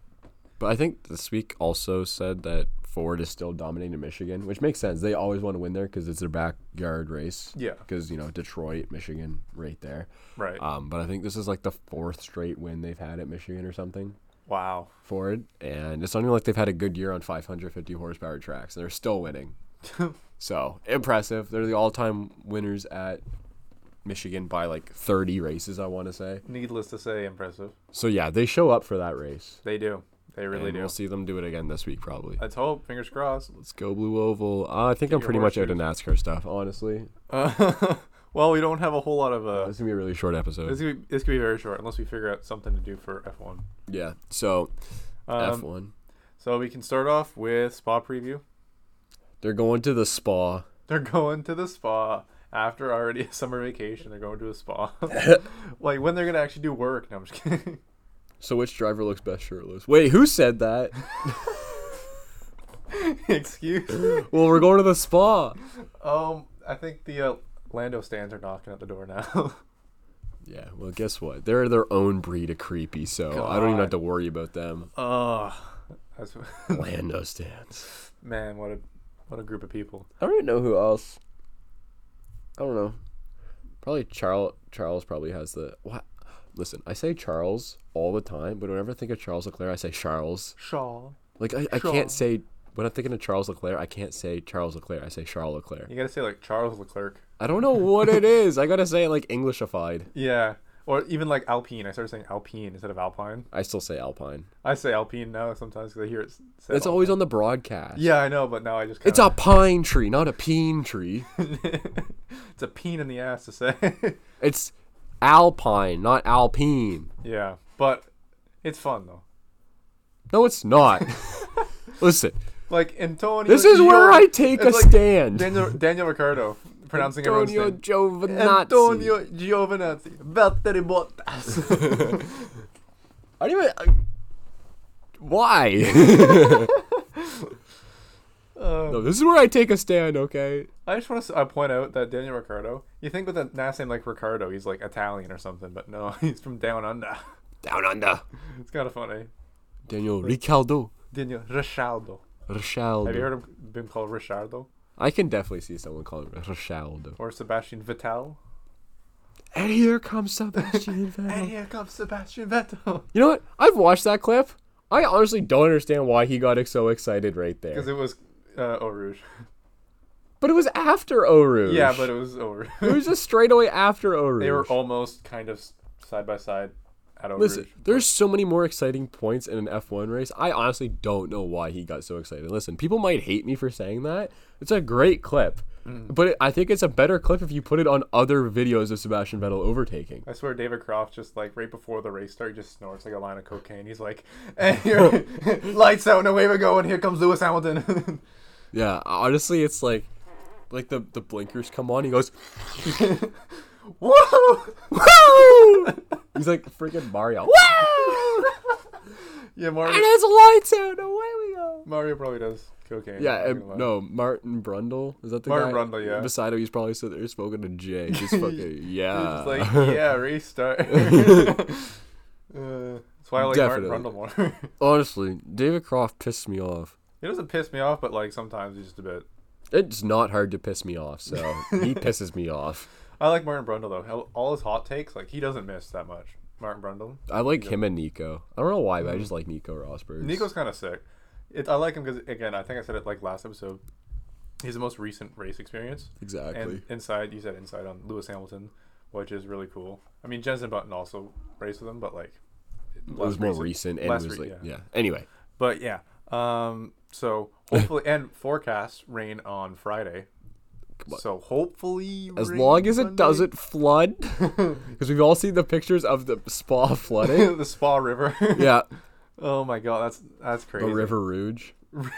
Speaker 1: But I think this week also said that Ford is still dominating Michigan, which makes sense. They always want to win there because it's their backyard race.
Speaker 4: Yeah.
Speaker 1: Because, you know, Detroit, Michigan, right there.
Speaker 4: Right.
Speaker 1: Um, but I think this is like the fourth straight win they've had at Michigan or something.
Speaker 4: wow.
Speaker 1: Ford, and it's not even like they've had a good year on 550 horsepower tracks. They're still winning. so impressive. They're the all-time winners at Michigan by like 30 races, I want to say.
Speaker 4: Needless to say, impressive.
Speaker 1: So yeah, they show up for that race.
Speaker 4: They do. They really
Speaker 1: And
Speaker 4: do.
Speaker 1: we'll see them do it again this week, probably.
Speaker 4: Let's hope. Fingers crossed.
Speaker 1: Let's go Blue Oval. Uh, I think I'm
Speaker 4: your
Speaker 1: pretty much out of NASCAR stuff, honestly.
Speaker 4: Uh, Well, we don't have a whole lot of uh.
Speaker 1: This is gonna be a really short episode.
Speaker 4: This could be, this could be very short unless we figure out something to do for F one.
Speaker 1: yeah. So F
Speaker 4: Um,
Speaker 1: one.
Speaker 4: So we can start off with spa preview.
Speaker 1: They're going to the spa.
Speaker 4: They're going to the spa after already a summer vacation. They're going to a spa. like when they're gonna actually do work? No, I'm just kidding.
Speaker 1: So which driver looks best shirtless? Wait, who said that?
Speaker 4: Excuse. me.
Speaker 1: well, we're going to the spa.
Speaker 4: Um, I think the uh, Lando stands are knocking at the door now.
Speaker 1: Yeah. Well, guess what? They're their own breed of creepy, so I don't even
Speaker 4: God.
Speaker 1: have to worry about them.
Speaker 4: Ugh. That's,
Speaker 1: Lando stands.
Speaker 4: man, what a what a group of people.
Speaker 1: I don't even know who else. I don't know. Probably Charles. Charles probably has the what? Listen, I say Charles all the time, but whenever I think of Charles Leclerc, I say Charles.
Speaker 4: Shaw.
Speaker 1: Like I, I can't
Speaker 4: Charles.
Speaker 1: say when I'm thinking of Charles Leclerc, I can't say Charles Leclerc. I say Charles Leclerc.
Speaker 4: You gotta say like Charles Leclerc.
Speaker 1: I don't know what it is. I gotta say it like Englishified.
Speaker 4: Yeah. Or even like Alpine. I started saying Alpine instead of Alpine.
Speaker 1: I still say Alpine.
Speaker 4: I say Alpine now sometimes because I hear it. s- said
Speaker 1: It's always
Speaker 4: Alpine.
Speaker 1: on the broadcast.
Speaker 4: Yeah, I know, but now I just kind
Speaker 1: It's a pine tree, not a peen tree.
Speaker 4: it's a peen in the ass to say.
Speaker 1: It's Alpine, not Alpine.
Speaker 4: yeah, but it's fun though.
Speaker 1: No, it's not. Listen,
Speaker 4: Like Antonio.
Speaker 1: this is where I
Speaker 4: Gio-
Speaker 1: take a
Speaker 4: it's like
Speaker 1: stand.
Speaker 4: Daniel, Daniel Ricardo pronouncing
Speaker 1: Antonio
Speaker 4: everyone's name.
Speaker 1: Giovinazzi.
Speaker 4: Antonio Giovinazzi. Valtteri Bottas.
Speaker 1: I don't even. I- why? no, this is where I take a stand. Okay.
Speaker 4: I just want to uh, point out that Daniel Ricardo. You think with a last name like Ricardo, he's like Italian or something, but no, he's from down under.
Speaker 1: Down under.
Speaker 4: It's kind of funny.
Speaker 1: Daniel Ricciardo.
Speaker 4: Daniel Richaldo.
Speaker 1: Richaldo.
Speaker 4: Have you heard of been called Richardo
Speaker 1: I can definitely see someone calling him Richaldo.
Speaker 4: or Sebastian Vettel?
Speaker 1: And here comes Sebastian Vettel.
Speaker 4: here comes Sebastian Vettel.
Speaker 1: You know what? I've watched that clip. I honestly don't understand why he got so excited right there.
Speaker 4: Because it was uh, Eau Rouge.
Speaker 1: but it was after Eau Rouge.
Speaker 4: Yeah, but it was Eau Rouge.
Speaker 1: it was just straight away after Eau Rouge.
Speaker 4: they were almost kind of s- side by side at Eau
Speaker 1: Listen,
Speaker 4: Rouge.
Speaker 1: there's so many more exciting points in an F1 race. I honestly don't know why he got so excited. Listen, people might hate me for saying that. It's a great clip,
Speaker 4: Mm.
Speaker 1: but it, I think it's a better clip if you put it on other videos of Sebastian Vettel overtaking.
Speaker 4: I swear, David Croft just like right before the race start, just snorts like a line of cocaine. He's like, and here, lights out, and away we go, and here comes Lewis Hamilton.
Speaker 1: Yeah, honestly, it's like, like the the blinkers come on. He goes,
Speaker 4: Whoa!
Speaker 1: woo! He's like freaking Mario. Woo!
Speaker 4: Yeah,
Speaker 1: And
Speaker 4: Mario,
Speaker 1: it's lights out. Away we go.
Speaker 4: Mario probably does cocaine.
Speaker 1: Yeah,
Speaker 4: I'm not
Speaker 1: and-
Speaker 4: gonna lie.
Speaker 1: no, Martin Brundle. Is that the
Speaker 4: Martin
Speaker 1: guy?
Speaker 4: Brundle, yeah.
Speaker 1: Beside him, he's probably sitting there smoking a J. Just fucking, yeah.
Speaker 4: He's just like, yeah, restart. uh, that's why I like
Speaker 1: Definitely.
Speaker 4: Martin Brundle more.
Speaker 1: Honestly, David Croft pissed me off.
Speaker 4: It doesn't piss me off, but like sometimes it's just a bit.
Speaker 1: It's not hard to piss me off, so he pisses me off.
Speaker 4: I like Martin Brundle though. He'll- All his hot takes, like he doesn't miss that much. Martin Brundle.
Speaker 1: I like him and Nico. I don't know why, but I just like Nico Rosberg.
Speaker 4: Mm. Nico's kind of sick. It, I like him because again, I think I said it like last episode. He's the most recent race experience.
Speaker 1: exactly.
Speaker 4: And inside, you said inside on Lewis Hamilton, which is really cool. I mean, Jensen Button also raced with him, but like it
Speaker 1: it was more recent, and it was like, yeah. Anyway,
Speaker 4: But yeah, um, so hopefully, and forecast rain on Friday. So hopefully,
Speaker 1: as
Speaker 4: rain
Speaker 1: long as it
Speaker 4: Sunday.
Speaker 1: doesn't flood, because we've all seen the pictures of the Spa flooding.
Speaker 4: the Spa River.
Speaker 1: yeah,
Speaker 4: Oh my god, that's that's crazy.
Speaker 1: the River Rouge.
Speaker 4: Uh,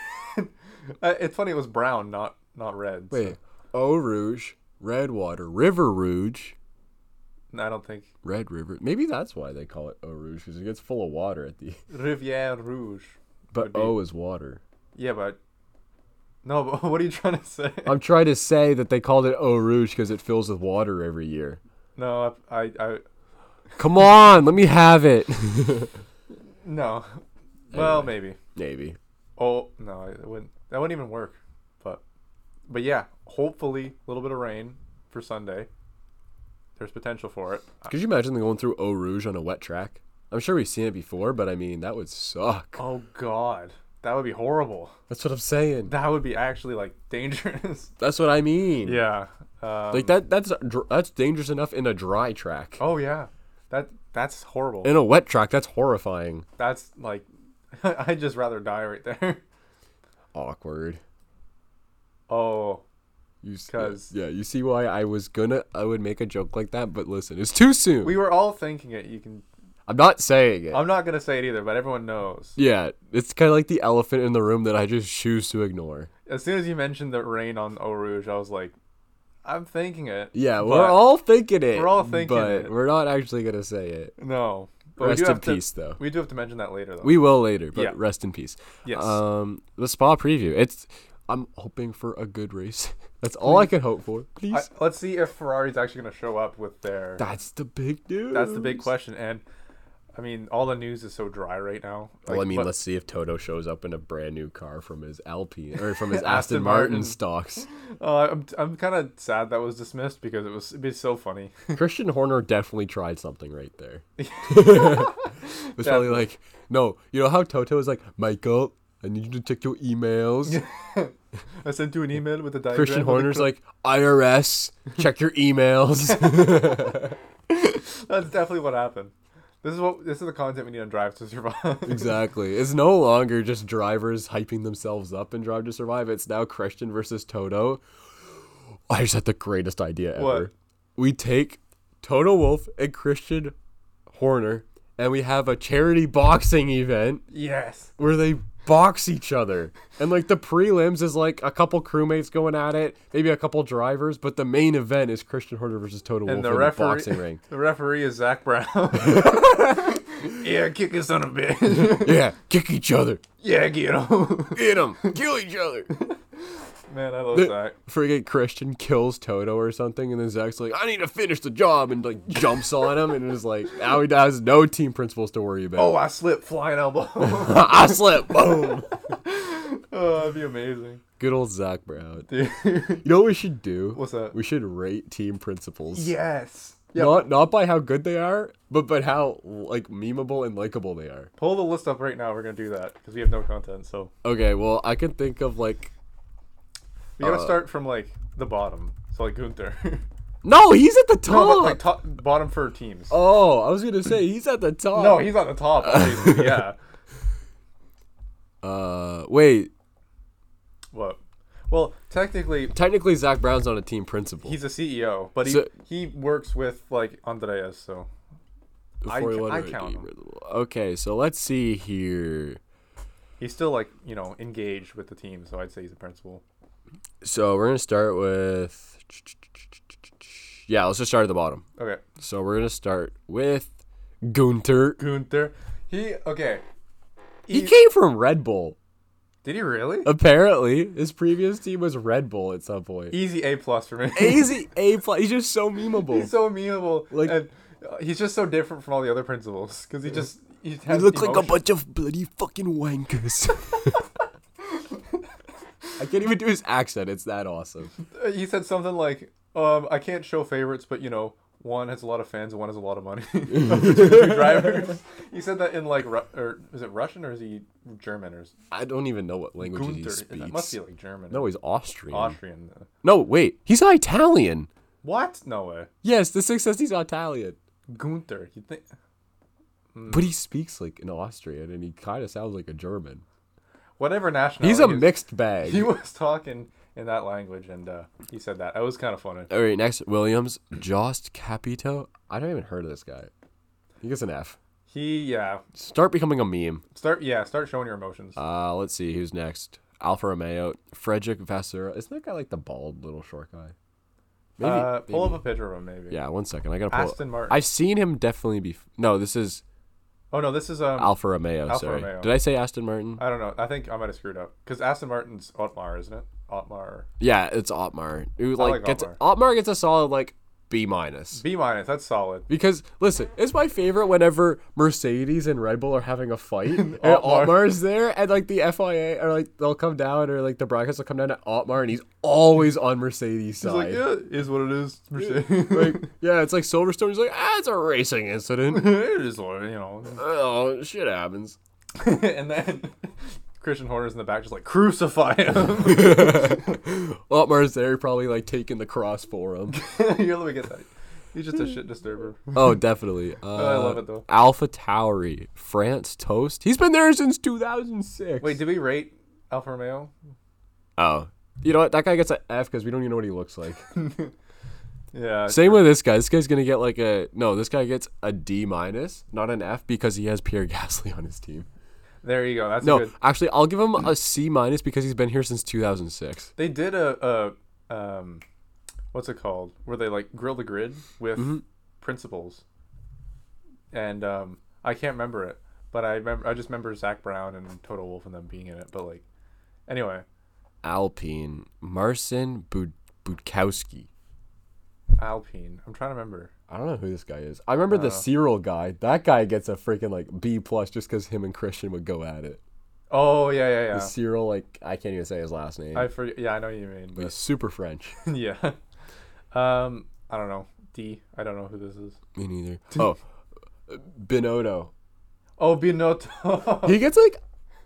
Speaker 4: it's funny. It was brown, not not red. so-
Speaker 1: Wait, Eau Rouge, Red Water, River Rouge,
Speaker 4: No, I don't think
Speaker 1: Red River. Maybe that's why they call it Eau Rouge, because it gets full of water at the.
Speaker 4: Riviere Rouge.
Speaker 1: But
Speaker 4: be.
Speaker 1: O is water.
Speaker 4: Yeah, but no. But what are you trying to say?
Speaker 1: I'm trying to say that they called it Eau Rouge because it fills with water every year.
Speaker 4: No, I, I, I
Speaker 1: Come on, let me have it.
Speaker 4: no. Well, maybe.
Speaker 1: Maybe.
Speaker 4: Oh no, it wouldn't. That wouldn't even work. But, but yeah, hopefully a little bit of rain for Sunday. There's potential for it.
Speaker 1: Could you imagine them going through Eau Rouge on a wet track? I'm sure we've seen it before, but I mean, that would suck.
Speaker 4: Oh God, that would be horrible.
Speaker 1: That's what I'm saying.
Speaker 4: That would be actually like dangerous.
Speaker 1: That's what I mean.
Speaker 4: yeah. Um,
Speaker 1: Like that. That's dr- that's dangerous enough in a dry track.
Speaker 4: Oh yeah, that that's horrible.
Speaker 1: In a wet track, that's horrifying.
Speaker 4: That's like, I'd just rather die right there.
Speaker 1: Awkward.
Speaker 4: Oh,
Speaker 1: You s- uh,
Speaker 4: 'Cause-
Speaker 1: yeah, you see why I was gonna I would make a joke like that, but listen, it's too soon.
Speaker 4: We Uh, were all thinking it. You can.
Speaker 1: I'm not saying it.
Speaker 4: I'm not gonna say it either, but everyone knows.
Speaker 1: yeah, it's kind of like the elephant in the room that I just choose to ignore.
Speaker 4: As soon as you mentioned the rain on Eau Rouge, I was like, I'm thinking it.
Speaker 1: Yeah, we're
Speaker 4: but-
Speaker 1: all thinking it.
Speaker 4: We're all thinking
Speaker 1: but
Speaker 4: it.
Speaker 1: we're not actually gonna say it.
Speaker 4: No.
Speaker 1: Rest
Speaker 4: do
Speaker 1: in
Speaker 4: have to-
Speaker 1: peace, though.
Speaker 4: We do have to mention that later, though.
Speaker 1: We will later, but
Speaker 4: Yeah.
Speaker 1: rest in peace.
Speaker 4: Yes.
Speaker 1: Um, the spa preview. It's. I'm hoping for a good race. That's all I can hope for. Please.
Speaker 4: I- let's see if Ferrari's actually going to show up with their.
Speaker 1: that's the big news.
Speaker 4: That's the big question. And I mean, all the news is so dry right now.
Speaker 1: Well, I
Speaker 4: Like,
Speaker 1: mean,
Speaker 4: but
Speaker 1: let's see if Toto shows up in a brand new car from his Alpine or from his Aston,
Speaker 4: Aston
Speaker 1: Martin,
Speaker 4: Martin.
Speaker 1: stocks.
Speaker 4: uh, I'm, I'm kind of sad that was dismissed because it was it'd be so funny.
Speaker 1: Christian Horner definitely tried something right there. it was probably like, no, you know how Toto is like, Michael, I need you to check your emails.
Speaker 4: I sent you an email with a diagram.
Speaker 1: Christian
Speaker 4: of the
Speaker 1: Horner's
Speaker 4: cr-
Speaker 1: like, IRS, check your emails.
Speaker 4: That's definitely what happened. This is what this is the content we need on Drive to Survive.
Speaker 1: exactly. It's no longer just drivers hyping themselves up in Drive to Survive. It's now Christian versus Toto. I just had the greatest idea ever.
Speaker 4: What?
Speaker 1: We take Toto Wolf and Christian Horner and we have a charity boxing event
Speaker 4: yes.
Speaker 1: where they box each other. And like the prelims is like a couple crewmates going at it, maybe a couple drivers, but the main event is Christian Horner versus Toto Wolf
Speaker 4: And the
Speaker 1: in
Speaker 4: referee,
Speaker 1: the boxing ring.
Speaker 4: the referee is Zach Brown. yeah, kick his son of a bitch.
Speaker 1: Yeah, kick each other.
Speaker 4: yeah, get him.
Speaker 1: Get them. Kill each other.
Speaker 4: Man, I love Zach.
Speaker 1: Friggin' Christian kills Toto or something, and then Zach's like, I need to finish the job, and like jumps on him, and is like, now he has no team principles to worry about.
Speaker 4: Oh, I slipped flying elbow. oh,
Speaker 1: I slipped. Boom.
Speaker 4: that'd be amazing.
Speaker 1: Good old Zach Brown. You
Speaker 4: Dude.
Speaker 1: know what we should do?
Speaker 4: What's that?
Speaker 1: We should rate team principles.
Speaker 4: yes. Yeah.
Speaker 1: Not not by how good they are, but but how like memeable and likable they are.
Speaker 4: Pull the list up right now. We're gonna do that because we have no content. So
Speaker 1: Okay, well I can think of like
Speaker 4: we gotta start from like the bottom. So like Gunther.
Speaker 1: no, he's at the top.
Speaker 4: no, but like top, bottom for teams.
Speaker 1: oh, I was gonna say he's at the top.
Speaker 4: No, he's on the top. Obviously. yeah.
Speaker 1: uh, wait.
Speaker 4: What? Well, technically,
Speaker 1: Technically, Zach Brown's on a team principal.
Speaker 4: he's a CEO, but he
Speaker 1: So-
Speaker 4: he works with like Andreas. So I
Speaker 1: Four
Speaker 4: ca- I
Speaker 1: letter
Speaker 4: count 'em.
Speaker 1: equivalent. Okay, so let's see here.
Speaker 4: he's still like you know engaged with the team. So I'd say he's a principal.
Speaker 1: So we're gonna start with yeah. Let's just start at the bottom.
Speaker 4: Okay.
Speaker 1: So we're gonna start with Gunter.
Speaker 4: Gunther. He okay. E
Speaker 1: He came from Red Bull.
Speaker 4: Did he really?
Speaker 1: Uh, Apparently, his previous team was Red Bull at some point.
Speaker 4: Easy A plus for me.
Speaker 1: He's a plus. He's just so memeable.
Speaker 4: He's so memeable.
Speaker 1: Like-
Speaker 4: Like and uh, he's just so different from all the other principals because he just he has
Speaker 1: you look like a
Speaker 4: emotion.
Speaker 1: bunch of bloody fucking wankers. I can't even do his accent. It's that awesome.
Speaker 4: Uh, He said something like, "Um, I can't show favorites, but you know, one has a lot of fans and one has a lot of money." Of the two drivers. He said that in like Ru- or is it Russian or is he German or is
Speaker 1: I don't even know what language he
Speaker 4: Gunther?
Speaker 1: speaks.
Speaker 4: That must be like German.
Speaker 1: no, he's Austrian.
Speaker 4: Austrian.
Speaker 1: No, wait, he's not Italian.
Speaker 4: What? No way.
Speaker 1: Yes, the six says he's Italian,
Speaker 4: Gunther. You think?
Speaker 1: but he speaks like an Austrian, and he kind of sounds like a German.
Speaker 4: Whatever nationality.
Speaker 1: Oh, He's a
Speaker 4: he is,
Speaker 1: mixed bag.
Speaker 4: He was talking in that language and uh, he said that. That was kind of funny.
Speaker 1: All right, next Williams, Jost Capito. I don't even heard of this guy. He gets an F.
Speaker 4: He yeah.
Speaker 1: Start becoming a meme.
Speaker 4: Start yeah. Start showing your emotions.
Speaker 1: Uh, let's see who's next. Alfa Romeo, Frederick Vasseur. Isn't that guy like the bald little short guy? Maybe.
Speaker 4: uh, pull
Speaker 1: maybe.
Speaker 4: up a picture of him, maybe.
Speaker 1: Yeah, one second. I gotta pull.
Speaker 4: Aston Martin.
Speaker 1: I've seen him definitely be. No, this is
Speaker 4: Oh no, this is um.
Speaker 1: Alfa Romeo.
Speaker 4: Alfa
Speaker 1: sorry,
Speaker 4: Romeo.
Speaker 1: did I say Aston Martin?
Speaker 4: I don't know. I think I might have screwed up because Aston Martin's Otmar, isn't it? Otmar
Speaker 1: yeah, it's Otmar. Who like,
Speaker 4: like
Speaker 1: gets
Speaker 4: Otmar.
Speaker 1: Otmar gets a solid like B minus.
Speaker 4: B minus. That's solid.
Speaker 1: Because listen, it's my favorite whenever Mercedes and Red Bull are having a fight, and
Speaker 4: Otmar.
Speaker 1: Otmar's there, and like the FIA or like they'll come down or like the broadcast will come down to Otmar, and he's always on Mercedes'
Speaker 4: It's like
Speaker 1: side.
Speaker 4: yeah, is what it is. Mercedes.
Speaker 1: like yeah, it's like Silverstone. He's like, ah, it's a racing incident.
Speaker 4: it is what you know.
Speaker 1: oh, shit happens.
Speaker 4: and then Christian Horner's in the back, just like crucify him.
Speaker 1: Otmar's there, probably like taking the cross for him.
Speaker 4: you let me get that. He's just a shit disturber.
Speaker 1: oh, definitely. Uh,
Speaker 4: I love it though.
Speaker 1: Alpha Tauri, France toast. He's been there since 2006.
Speaker 4: Wait, did we rate Alfa Romeo?
Speaker 1: oh, You know what? That guy gets an F because we don't even know what he looks like.
Speaker 4: Yeah.
Speaker 1: Same with this guy. This guy's gonna get like a no. This guy gets a D minus, not an F, because he has Pierre Gasly on his team.
Speaker 4: There you go. That's
Speaker 1: No,
Speaker 4: good.
Speaker 1: actually, I'll give him a C minus because he's been here since 2006.
Speaker 4: They did a, a um, what's it called? Where they like grill the grid with
Speaker 1: Mm-hmm.
Speaker 4: principles. And um, I can't remember it, but I remember. I just remember Zach Brown and Total Wolf and them being in it. But like, anyway,
Speaker 1: Alpine, Marcin Bud- Budkowski.
Speaker 4: Alpine. I'm trying to remember.
Speaker 1: I don't know who this guy is. I remember the Cyril guy. That guy gets a freaking like B plus just because him and Christian would go at it.
Speaker 4: Oh yeah, yeah, yeah.
Speaker 1: Cyril, like I can't even say his last name.
Speaker 4: I for yeah, I know what you mean.
Speaker 1: He's super French.
Speaker 4: But yeah. Um, I don't know. D. I don't know who this is.
Speaker 1: Me neither. Oh, Binotto.
Speaker 4: Oh, Binotto.
Speaker 1: He gets like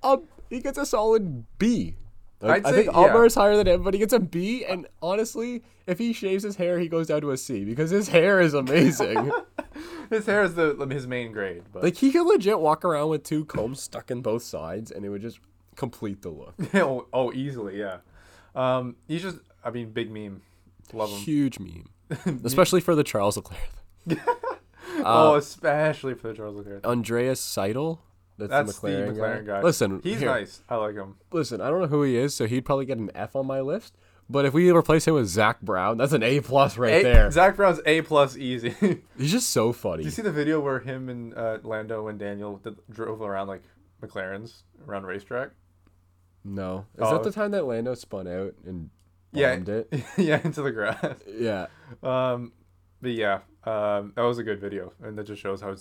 Speaker 1: a he gets a solid B. Like,
Speaker 4: I'd
Speaker 1: I
Speaker 4: say-
Speaker 1: think
Speaker 4: yeah.
Speaker 1: Almar is higher than him, but he gets a B. And honestly, if he shaves his hair, he goes down to a C because his hair is amazing.
Speaker 4: His hair is the his main grade, but
Speaker 1: like he could legit walk around with two combs stuck in both sides, and it would just complete the look.
Speaker 4: oh, oh, easily, yeah. Um, he's just, I mean, big meme, love him.
Speaker 1: Huge meme, especially for the Charles Leclerc. uh,
Speaker 4: oh, especially for the Charles Leclerc.
Speaker 1: Andreas Seidel. That's,
Speaker 4: That's
Speaker 1: the
Speaker 4: the
Speaker 1: Oh, McLaren,
Speaker 4: McLaren guy.
Speaker 1: Listen,
Speaker 4: he's
Speaker 1: here,
Speaker 4: nice. I like him.
Speaker 1: Listen, I don't know who he is, so he'd probably get an F on my list. But if we replace him with Zach Brown, that's an A plus right there.
Speaker 4: A, Zach Brown's A plus easy. you
Speaker 1: He's just so funny.
Speaker 4: see the video where him and uh, Lando and Daniel did, drove around like McLarens around racetrack?
Speaker 1: No. Is
Speaker 4: Oh.
Speaker 1: that the time that Lando spun out and
Speaker 4: Yeah,
Speaker 1: bombed it?
Speaker 4: yeah, into the grass.
Speaker 1: Yeah.
Speaker 4: Um, but yeah, um, that was a good video, and that just shows how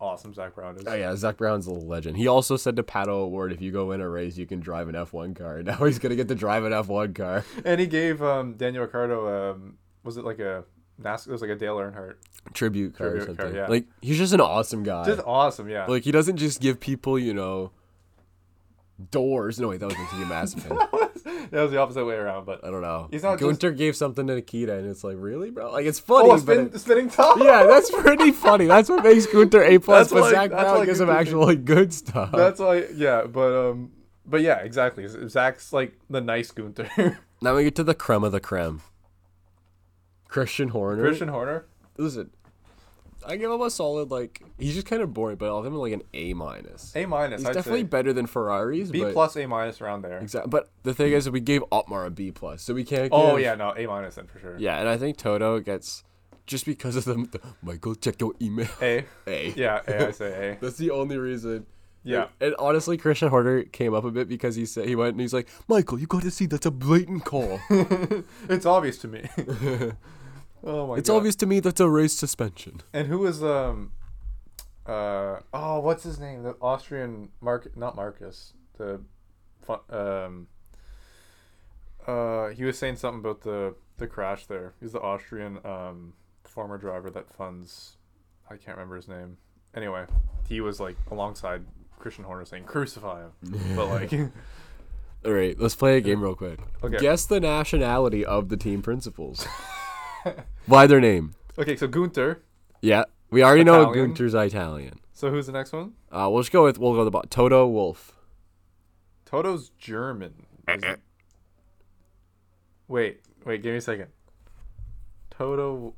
Speaker 4: awesome Zach Brown is.
Speaker 1: Oh yeah, Zach Brown's a legend. He also said to Pato Award, if you go win a race, you can drive an F one car. Now he's gonna get to drive an F one car.
Speaker 4: And he gave um, Daniel Ricciardo, um, was it like a NASCAR? It was like a Dale Earnhardt.
Speaker 1: Tribute car or
Speaker 4: Tribute
Speaker 1: something.
Speaker 4: car, yeah.
Speaker 1: Like he's just an awesome guy.
Speaker 4: Just awesome, yeah.
Speaker 1: like he doesn't just give people, you know, doors. No wait, that was Nikita Mazepin.
Speaker 4: that was the opposite way around, but
Speaker 1: I don't know.
Speaker 4: He's not
Speaker 1: Gunter gave something to Nikita, and it's like, really, bro? Like it's funny,
Speaker 4: oh, a
Speaker 1: but
Speaker 4: spin,
Speaker 1: it-
Speaker 4: spinning top.
Speaker 1: yeah, that's pretty funny. That's what makes Gunter A plus,
Speaker 4: That's
Speaker 1: but
Speaker 4: why-
Speaker 1: Zach
Speaker 4: that's
Speaker 1: Brown
Speaker 4: why
Speaker 1: gives him
Speaker 4: Gunter-
Speaker 1: actually good stuff.
Speaker 4: that's why. Yeah, but um, but yeah, exactly. Zach's like the nice Gunter.
Speaker 1: Now we get to the creme of the creme. Christian Horner.
Speaker 4: Christian Horner.
Speaker 1: Listen, I give him a solid like. He's just kind of boring, but I'll give him like an A minus.
Speaker 4: A minus.
Speaker 1: He's
Speaker 4: I'd
Speaker 1: definitely
Speaker 4: say.
Speaker 1: better than Ferraris.
Speaker 4: B
Speaker 1: but,
Speaker 4: plus, A minus, around there.
Speaker 1: Exactly. But the thing is, we gave Otmar a B plus, so we can't.
Speaker 4: Oh
Speaker 1: give-
Speaker 4: yeah, no, A minus then for sure.
Speaker 1: Yeah, and I think Toto gets just because of them. The, Michael, check your email.
Speaker 4: A.
Speaker 1: A.
Speaker 4: Yeah, A. I say A.
Speaker 1: That's the only reason.
Speaker 4: Yeah.
Speaker 1: And honestly, Christian Horner came up a bit because he said he went and he's like, Michael, you got to see that's a blatant call.
Speaker 4: It's obvious to me. oh my god.
Speaker 1: it's obvious to me that's a race suspension.
Speaker 4: And who was um uh oh what's his name? The Austrian Mark not Marcus. The fu- um uh he was saying something about the the crash there. He's the Austrian um former driver that funds I can't remember his name. Anyway, he was like alongside Christian Horner saying crucify him. but like
Speaker 1: All right, let's play a game real quick.
Speaker 4: Okay.
Speaker 1: Guess the nationality of the team principals by their name.
Speaker 4: Okay, so Gunther.
Speaker 1: Yeah, we already know
Speaker 4: Italian.
Speaker 1: Gunter's Italian.
Speaker 4: So who's the next one?
Speaker 1: Uh, we'll just go with we'll go with the bo- Toto Wolf.
Speaker 4: Toto's German. Is it- Wait, wait, give me a second. Toto.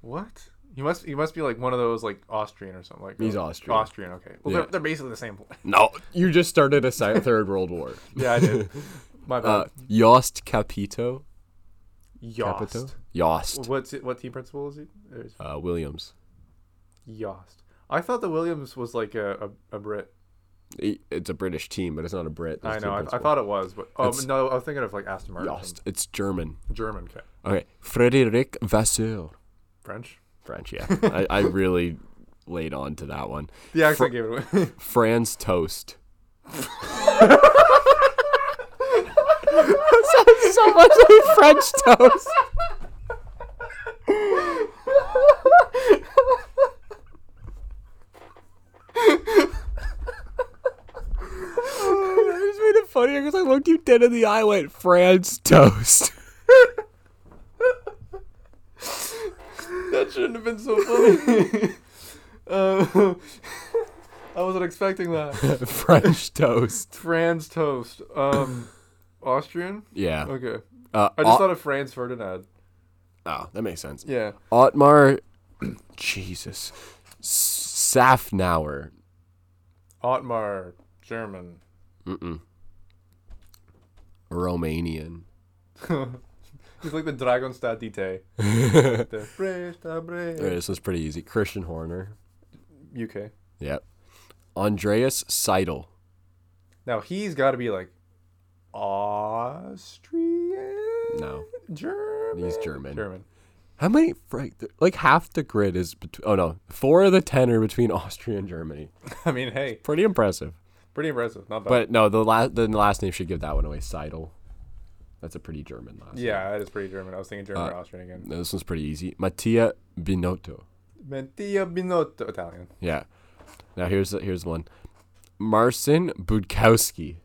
Speaker 4: What? He must. He must be like one of those like Austrian or something like. uh,
Speaker 1: He's Austrian.
Speaker 4: Austrian. Okay. Well,
Speaker 1: Yeah.
Speaker 4: they're, they're basically the same.
Speaker 1: No, you just started a si- third world war.
Speaker 4: yeah, I did. My bad.
Speaker 1: Uh, Yost Capito.
Speaker 4: Yost.
Speaker 1: Capito. Yost
Speaker 4: What's it, what team principal is he? Or is-
Speaker 1: uh, Williams.
Speaker 4: Yost. I thought the Williams was like a, a, a Brit.
Speaker 1: He- It's a British team, but it's not a Brit.
Speaker 4: I
Speaker 1: It's
Speaker 4: know.
Speaker 1: team
Speaker 4: I, I
Speaker 1: principal.
Speaker 4: thought it was, but oh
Speaker 1: It's-
Speaker 4: no, I was thinking of like Aston Martin. or
Speaker 1: Yost. It's German.
Speaker 4: something. German. Okay.
Speaker 1: Okay, Frédéric Vasseur.
Speaker 4: French.
Speaker 1: French. Yeah, I, I really laid on to that one.
Speaker 4: The accent gave it away.
Speaker 1: Franz Toast. so much like French toast. I just made it funnier because I looked you dead in the eye. and Went Franz toast.
Speaker 4: That shouldn't have been so funny. uh, I wasn't expecting that.
Speaker 1: French toast.
Speaker 4: Franz toast. Um, Austrian?
Speaker 1: Yeah.
Speaker 4: Okay.
Speaker 1: Uh,
Speaker 4: I just
Speaker 1: Au-
Speaker 4: thought of Franz Ferdinand.
Speaker 1: oh, that makes sense.
Speaker 4: Yeah.
Speaker 1: Otmar, Jesus, Safnauer.
Speaker 4: Otmar, German.
Speaker 1: Mm-mm. Romanian.
Speaker 4: He's like the Dragonstad Dite. the Bresta
Speaker 1: All right,
Speaker 4: Bre-
Speaker 1: this is pretty easy. Christian Horner.
Speaker 4: UK.
Speaker 1: Yep. Andreas Seidel.
Speaker 4: Now he's got to be like Austrian.
Speaker 1: No.
Speaker 4: German.
Speaker 1: He's German.
Speaker 4: German.
Speaker 1: How many? Right, th- like half the grid is. Bet- oh no, four of the ten are between Austria and Germany.
Speaker 4: I mean, hey,
Speaker 1: Pretty impressive.
Speaker 4: pretty impressive. Not bad.
Speaker 1: But no, the last the last name should give that one away. Seidel. That's a pretty German last. name.
Speaker 4: yeah, that is pretty German. I was thinking German or Austrian again.
Speaker 1: No, this one's pretty easy. Mattia Binotto.
Speaker 4: Mattia Binotto, Italian.
Speaker 1: Yeah. Now here's the, here's one. Marcin Budkowski.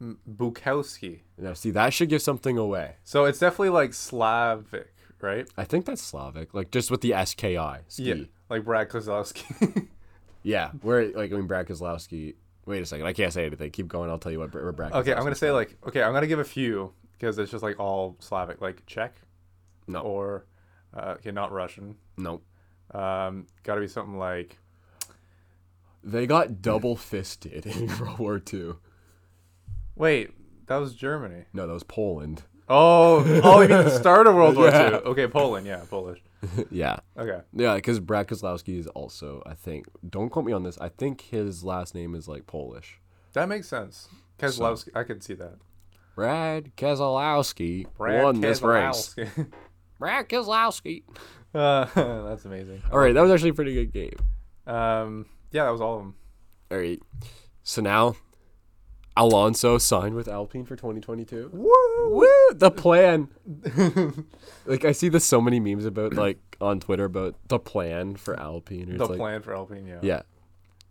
Speaker 4: M- Bukowski.
Speaker 1: Now see that should give something away.
Speaker 4: So it's definitely like Slavic, right?
Speaker 1: I think that's Slavic, like just with the SKI. Ski.
Speaker 4: Yeah. Like Brad Kozlowski.
Speaker 1: Yeah. Where like I mean Brad Keselowski. Wait a second, I can't say anything. Keep going. I'll tell you what. Br- where Brad.
Speaker 4: okay, I'm
Speaker 1: Keselowski-
Speaker 4: gonna say like okay, I'm gonna give a few because it's just like all Slavic, like Czech.
Speaker 1: No.
Speaker 4: Or uh, okay, not Russian.
Speaker 1: Nope.
Speaker 4: Um, gotta be something like
Speaker 1: They got double fisted in World War II.
Speaker 4: wait, that was Germany.
Speaker 1: No, that was Poland.
Speaker 4: Oh, oh, you mean the start of World War
Speaker 1: Yeah.
Speaker 4: II? Okay, Poland, yeah, Polish.
Speaker 1: Yeah.
Speaker 4: Okay,
Speaker 1: Yeah, because Brad Keselowski is also, I think, don't quote me on this, I think his last name is like Polish.
Speaker 4: that makes sense. Kozlowski, I could see that.
Speaker 1: Brad Keselowski
Speaker 4: Brad
Speaker 1: won this race.
Speaker 4: Keselowski.
Speaker 1: Brad Keselowski.
Speaker 4: uh, that's amazing.
Speaker 1: All right, that was actually a pretty good game.
Speaker 4: Um, yeah, that was all of them.
Speaker 1: All right. So now Alonso signed with Alpine for 2022. Woo! The plan. like I see this so many memes about like on Twitter about the plan for Alpine. Or
Speaker 4: The
Speaker 1: it's like,
Speaker 4: plan for Alpine, yeah.
Speaker 1: Yeah.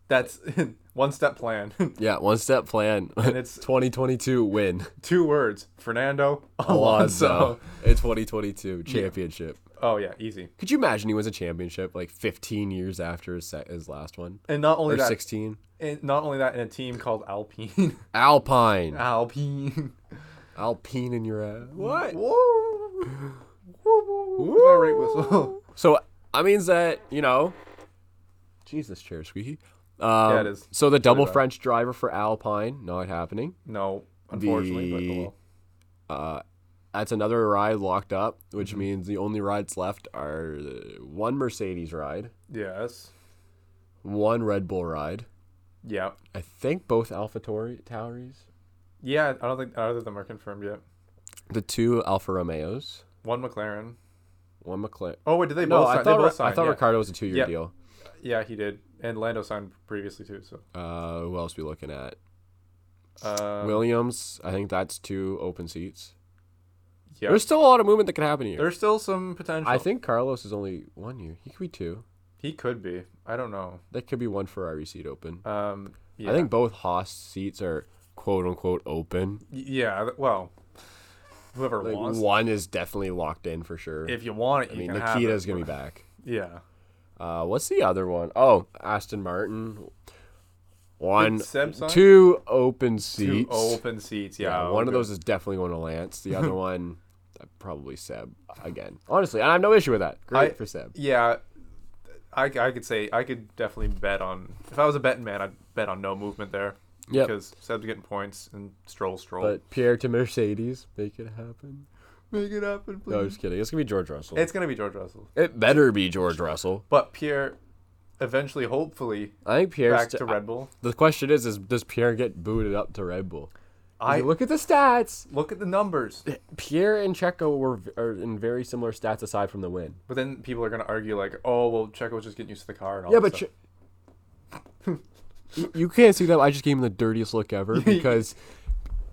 Speaker 4: That's one step plan.
Speaker 1: Yeah, one step plan.
Speaker 4: it's-
Speaker 1: 2022 win.
Speaker 4: Two words: Fernando Alonso.
Speaker 1: Alonso. It's 2022 championship.
Speaker 4: Oh yeah, easy.
Speaker 1: Could you imagine he wins a championship like 15 years after his, se- his last one?
Speaker 4: And not only
Speaker 1: Or
Speaker 4: that,
Speaker 1: 16?
Speaker 4: and not only that, in a team called Alpine.
Speaker 1: Alpine.
Speaker 4: Alpine.
Speaker 1: Alpine in your ass. What?
Speaker 4: Whoa. My right whistle.
Speaker 1: So that means that, you know. Jesus, chair squeaky. Um, yeah,
Speaker 4: it is.
Speaker 1: So the double
Speaker 4: bad.
Speaker 1: French driver for Alpine, not happening.
Speaker 4: No, unfortunately, but
Speaker 1: The-
Speaker 4: oh well.
Speaker 1: That's another ride locked up, which
Speaker 4: Mm-hmm.
Speaker 1: means the only rides left are uh, one Mercedes ride,
Speaker 4: yes,
Speaker 1: one Red Bull ride.
Speaker 4: yeah,
Speaker 1: I think both Alpha Tauri, Tauris.
Speaker 4: yeah. I don't think either of them are confirmed yet.
Speaker 1: The two Alfa Romeos.
Speaker 4: One McLaren.
Speaker 1: One McLaren.
Speaker 4: Oh wait, did they
Speaker 1: No,
Speaker 4: both?
Speaker 1: I
Speaker 4: sign?
Speaker 1: thought,
Speaker 4: they both
Speaker 1: Ri- I
Speaker 4: signed,
Speaker 1: thought
Speaker 4: yeah.
Speaker 1: Ricardo was a two year
Speaker 4: Yeah.
Speaker 1: deal.
Speaker 4: Yeah, he did, and Lando signed previously too. So
Speaker 1: Uh, who else we looking at?
Speaker 4: uh,
Speaker 1: Williams. I think that's two open seats.
Speaker 4: yeah,
Speaker 1: There's
Speaker 4: there's,
Speaker 1: still a lot of movement that can happen here.
Speaker 4: still some potential.
Speaker 1: I think Carlos is only one year. He could be two.
Speaker 4: he could be. I don't know.
Speaker 1: That could be one Ferrari seat open.
Speaker 4: Um, yeah.
Speaker 1: I think both Haas seats are quote unquote open.
Speaker 4: Y- Yeah, th- well, whoever
Speaker 1: Like
Speaker 4: wants.
Speaker 1: one is definitely locked in for sure.
Speaker 4: If you want it,
Speaker 1: I
Speaker 4: you
Speaker 1: mean,
Speaker 4: can have
Speaker 1: Nikita's
Speaker 4: it.
Speaker 1: gonna be back.
Speaker 4: Yeah,
Speaker 1: Uh, what's the other one? Oh, Aston Martin. One,
Speaker 4: Did Seb sign?
Speaker 1: two open
Speaker 4: two
Speaker 1: seats.
Speaker 4: open seats. Yeah,
Speaker 1: Yeah, one of
Speaker 4: okay.
Speaker 1: those is definitely going to Lance. The other one, uh, probably Seb again. Honestly, and I have no issue with that. Great
Speaker 4: I-
Speaker 1: for Seb.
Speaker 4: Yeah, I, I could say I could definitely bet on. If I was a betting man, I'd bet on no movement there.
Speaker 1: Yep.
Speaker 4: Because Seb's getting points and Stroll, Stroll.
Speaker 1: But Pierre to Mercedes, make it happen.
Speaker 4: Make it happen, please.
Speaker 1: No, I'm just kidding. It's gonna be George Russell.
Speaker 4: It's gonna be George Russell.
Speaker 1: it better be George Russell.
Speaker 4: But Pierre, eventually, hopefully,
Speaker 1: I think Uh, Pierre's
Speaker 4: back
Speaker 1: t-
Speaker 4: to Red Bull.
Speaker 1: The question is, is does Pierre get booted up to Red Bull? I
Speaker 4: I look
Speaker 1: look at the stats.
Speaker 4: look at the numbers.
Speaker 1: Pierre and Checo were v- are in very similar stats aside from the win.
Speaker 4: But then people are gonna argue like, oh well, Checo's just getting used to the car and all.
Speaker 1: Yeah,
Speaker 4: that
Speaker 1: but
Speaker 4: stuff.
Speaker 1: you- you- you can't see that. I just gave him the dirtiest look ever because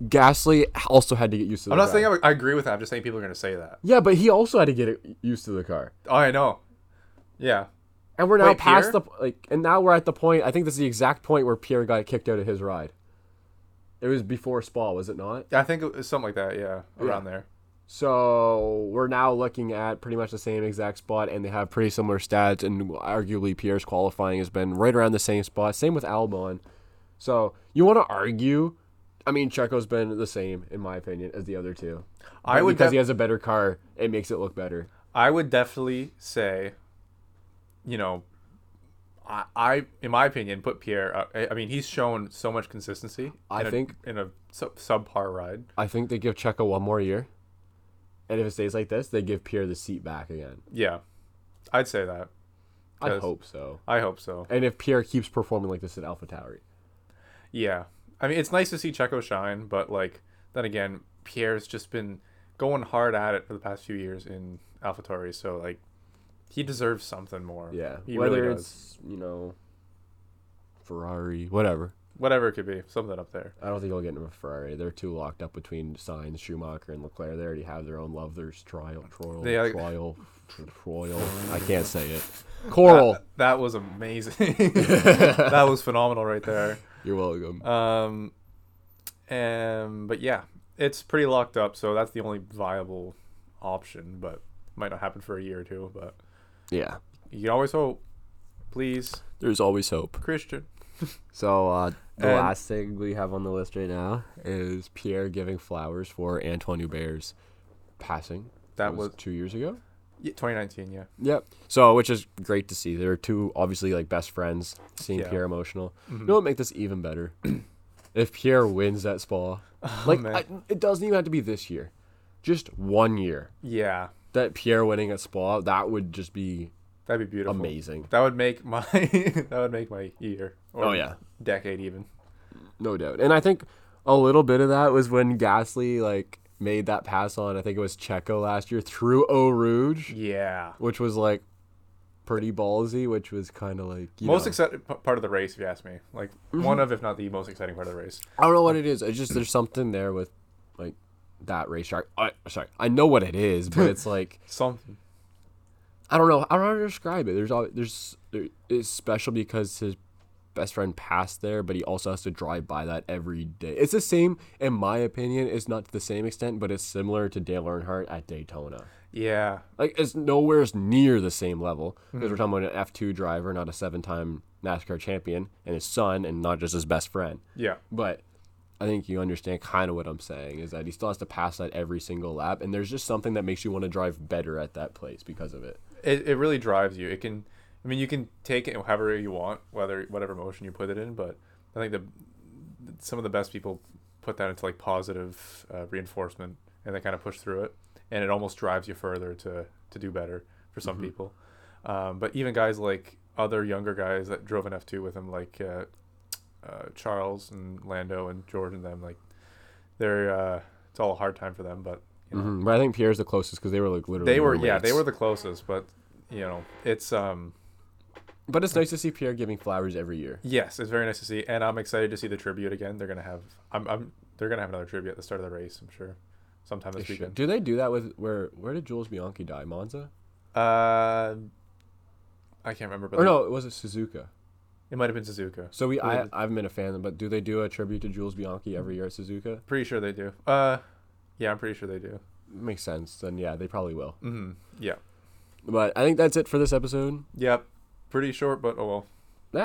Speaker 1: Gasly also had to get used to. The
Speaker 4: I'm not
Speaker 1: car.
Speaker 4: saying I, I agree with that. I'm just saying people are gonna say that.
Speaker 1: Yeah, but he also had to get it- used to the car.
Speaker 4: Oh, I know. Yeah.
Speaker 1: And we're now
Speaker 4: Wait,
Speaker 1: past the
Speaker 4: Pierre?
Speaker 1: like, and now we're at the point. I think this is the exact point where Pierre got kicked out of his ride. It was before Spa, was it not?
Speaker 4: I think it was something like that. Yeah, around there.
Speaker 1: So we're now looking at pretty much the same exact spot, and they have pretty similar stats. And arguably, Pierre's qualifying has been right around the same spot. Same with Albon. So you want to argue I mean, Checo's been the same in my opinion as the other two.
Speaker 4: I
Speaker 1: But
Speaker 4: would
Speaker 1: because
Speaker 4: def-
Speaker 1: he has a better car, it makes it look better.
Speaker 4: I would definitely say, you know, I, I in my opinion, put Pierre. up- I, I mean, he's shown so much consistency.
Speaker 1: I
Speaker 4: in a-
Speaker 1: think-
Speaker 4: in a sub, subpar ride.
Speaker 1: I think they give Checo one more year, and if it stays like this, they give Pierre the seat back again.
Speaker 4: Yeah, I'd say that.
Speaker 1: I
Speaker 4: Yes.
Speaker 1: hope so.
Speaker 4: I hope so.
Speaker 1: And if Pierre keeps performing like this at AlphaTauri,
Speaker 4: Yeah, I mean, it's nice to see Checo shine, but like then again, Pierre's just been going hard at it for the past few years in AlphaTauri, so like he deserves something more.
Speaker 1: yeah,
Speaker 4: he
Speaker 1: whether
Speaker 4: really does.
Speaker 1: it's you know Ferrari, whatever.
Speaker 4: Whatever it could be, something up there.
Speaker 1: I don't think he'll get into a Ferrari. They're too locked up between Sainz, Schumacher, and Leclerc. They already have their own love. There's trial, trial,
Speaker 4: They are-
Speaker 1: trial, trial. I can't say it. Coral.
Speaker 4: That was amazing. that was phenomenal right there.
Speaker 1: You're welcome.
Speaker 4: Um, and but yeah, it's pretty locked up, so that's the only viable option. But might not happen for a year or two. But
Speaker 1: yeah.
Speaker 4: you can always hope. Please,
Speaker 1: There's always hope.
Speaker 4: Christian.
Speaker 1: So uh, the
Speaker 4: And-
Speaker 1: last thing we have on the list right now is Pierre giving flowers for Antoine Hubert's passing.
Speaker 4: That was-
Speaker 1: two years ago.
Speaker 4: Yeah, 2019, yeah.
Speaker 1: Yep. So, which is great to see. They're two obviously like best friends. Seeing
Speaker 4: Yeah. Mm-hmm.
Speaker 1: Pierre emotional, you know what make this even better? if Pierre wins that Spa, like
Speaker 4: Oh, man.
Speaker 1: I, it doesn't even have to be this year, just one year
Speaker 4: Yeah,
Speaker 1: that Pierre winning at Spa, that would just be
Speaker 4: that'd be beautiful.
Speaker 1: amazing.
Speaker 4: That would make my that would make my year. Or
Speaker 1: Oh, yeah.
Speaker 4: decade even.
Speaker 1: No doubt. And I think a little bit of that was when Gasly like made that pass on. I think it was Checo last year through O Rouge,
Speaker 4: Yeah.
Speaker 1: which was like pretty ballsy, which was kind of like you
Speaker 4: Most
Speaker 1: know. Mm-hmm.
Speaker 4: exciting p- part of the race, if you ask me. Like one of, if not the most exciting part of the race.
Speaker 1: I don't know what it is. It's just there's something there with like that racetrack. I, sorry, I know what it is, but it's like
Speaker 4: Something.
Speaker 1: I don't know. I don't know how to describe it. There's al- there's there, it's special because his best friend passed there, but he also has to drive by that every day. It's the same, in my opinion. It's not to the same extent, but it's similar to Dale Earnhardt at Daytona.
Speaker 4: Yeah.
Speaker 1: Like it's nowhere as near the same level because we're talking about an F two driver, not a seven time NASCAR champion, and his son, and not just his best friend.
Speaker 4: Yeah.
Speaker 1: But I think you understand kind of what I'm saying is that he still has to pass that every single lap, and there's just something that makes you want to drive better at that place because of it.
Speaker 4: it, it really drives you. It can, I mean, you can take it however you want, whether whatever emotion you put it in. But I think the some of the best people put that into like positive uh, reinforcement, and they kind of push through it, and it almost drives you further to to do better for some people. Um, but even guys like other younger guys that drove an F two with him, like uh, uh, Charles and Lando and George and them, like they're uh, it's all a hard time for them, but. You know,
Speaker 1: But I think Pierre's the closest because they were like literally.
Speaker 4: Mm-hmm. they were
Speaker 1: roommates.
Speaker 4: yeah they were the closest but you know it's um
Speaker 1: but it's nice to see Pierre giving flowers every year.
Speaker 4: yes it's very nice to see and i'm excited to see the tribute again they're gonna have i'm, I'm they're gonna have another tribute at the start of the race i'm sure sometime this weekend
Speaker 1: Do they do that with where where did Jules Bianchi die? Monza
Speaker 4: uh i can't remember but
Speaker 1: or
Speaker 4: they-
Speaker 1: Oh, no? Was it Suzuka?
Speaker 4: it might have been suzuka
Speaker 1: So we I
Speaker 4: Yeah.
Speaker 1: I haven't been a fan, but do they do a tribute to Jules Bianchi every year at Suzuka?
Speaker 4: pretty sure they do uh yeah i'm pretty sure they do
Speaker 1: Makes sense. Then yeah, they probably will.
Speaker 4: Mm-hmm. yeah
Speaker 1: But I think that's it for this episode.
Speaker 4: yep pretty short but oh well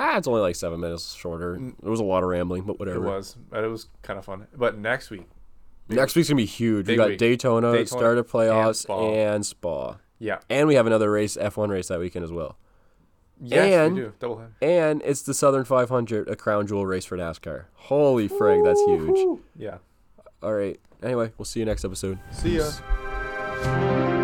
Speaker 1: Ah, it's only like seven minutes shorter. There was a lot of rambling, but whatever.
Speaker 4: Mm. it was but it was kind of fun but next week
Speaker 1: Next week's gonna be huge.
Speaker 4: Big
Speaker 1: we got
Speaker 4: week.
Speaker 1: Daytona,
Speaker 4: Daytona
Speaker 1: start of playoffs,
Speaker 4: and Spa.
Speaker 1: and Spa.
Speaker 4: yeah
Speaker 1: And we have another race, F1 race that weekend as well.
Speaker 4: yes
Speaker 1: and-
Speaker 4: we do double header.
Speaker 1: And it's the Southern 500, a crown jewel race for NASCAR. Holy frig, that's huge.
Speaker 4: yeah
Speaker 1: All right. Anyway, we'll see you next episode.
Speaker 4: see ya
Speaker 1: Peace.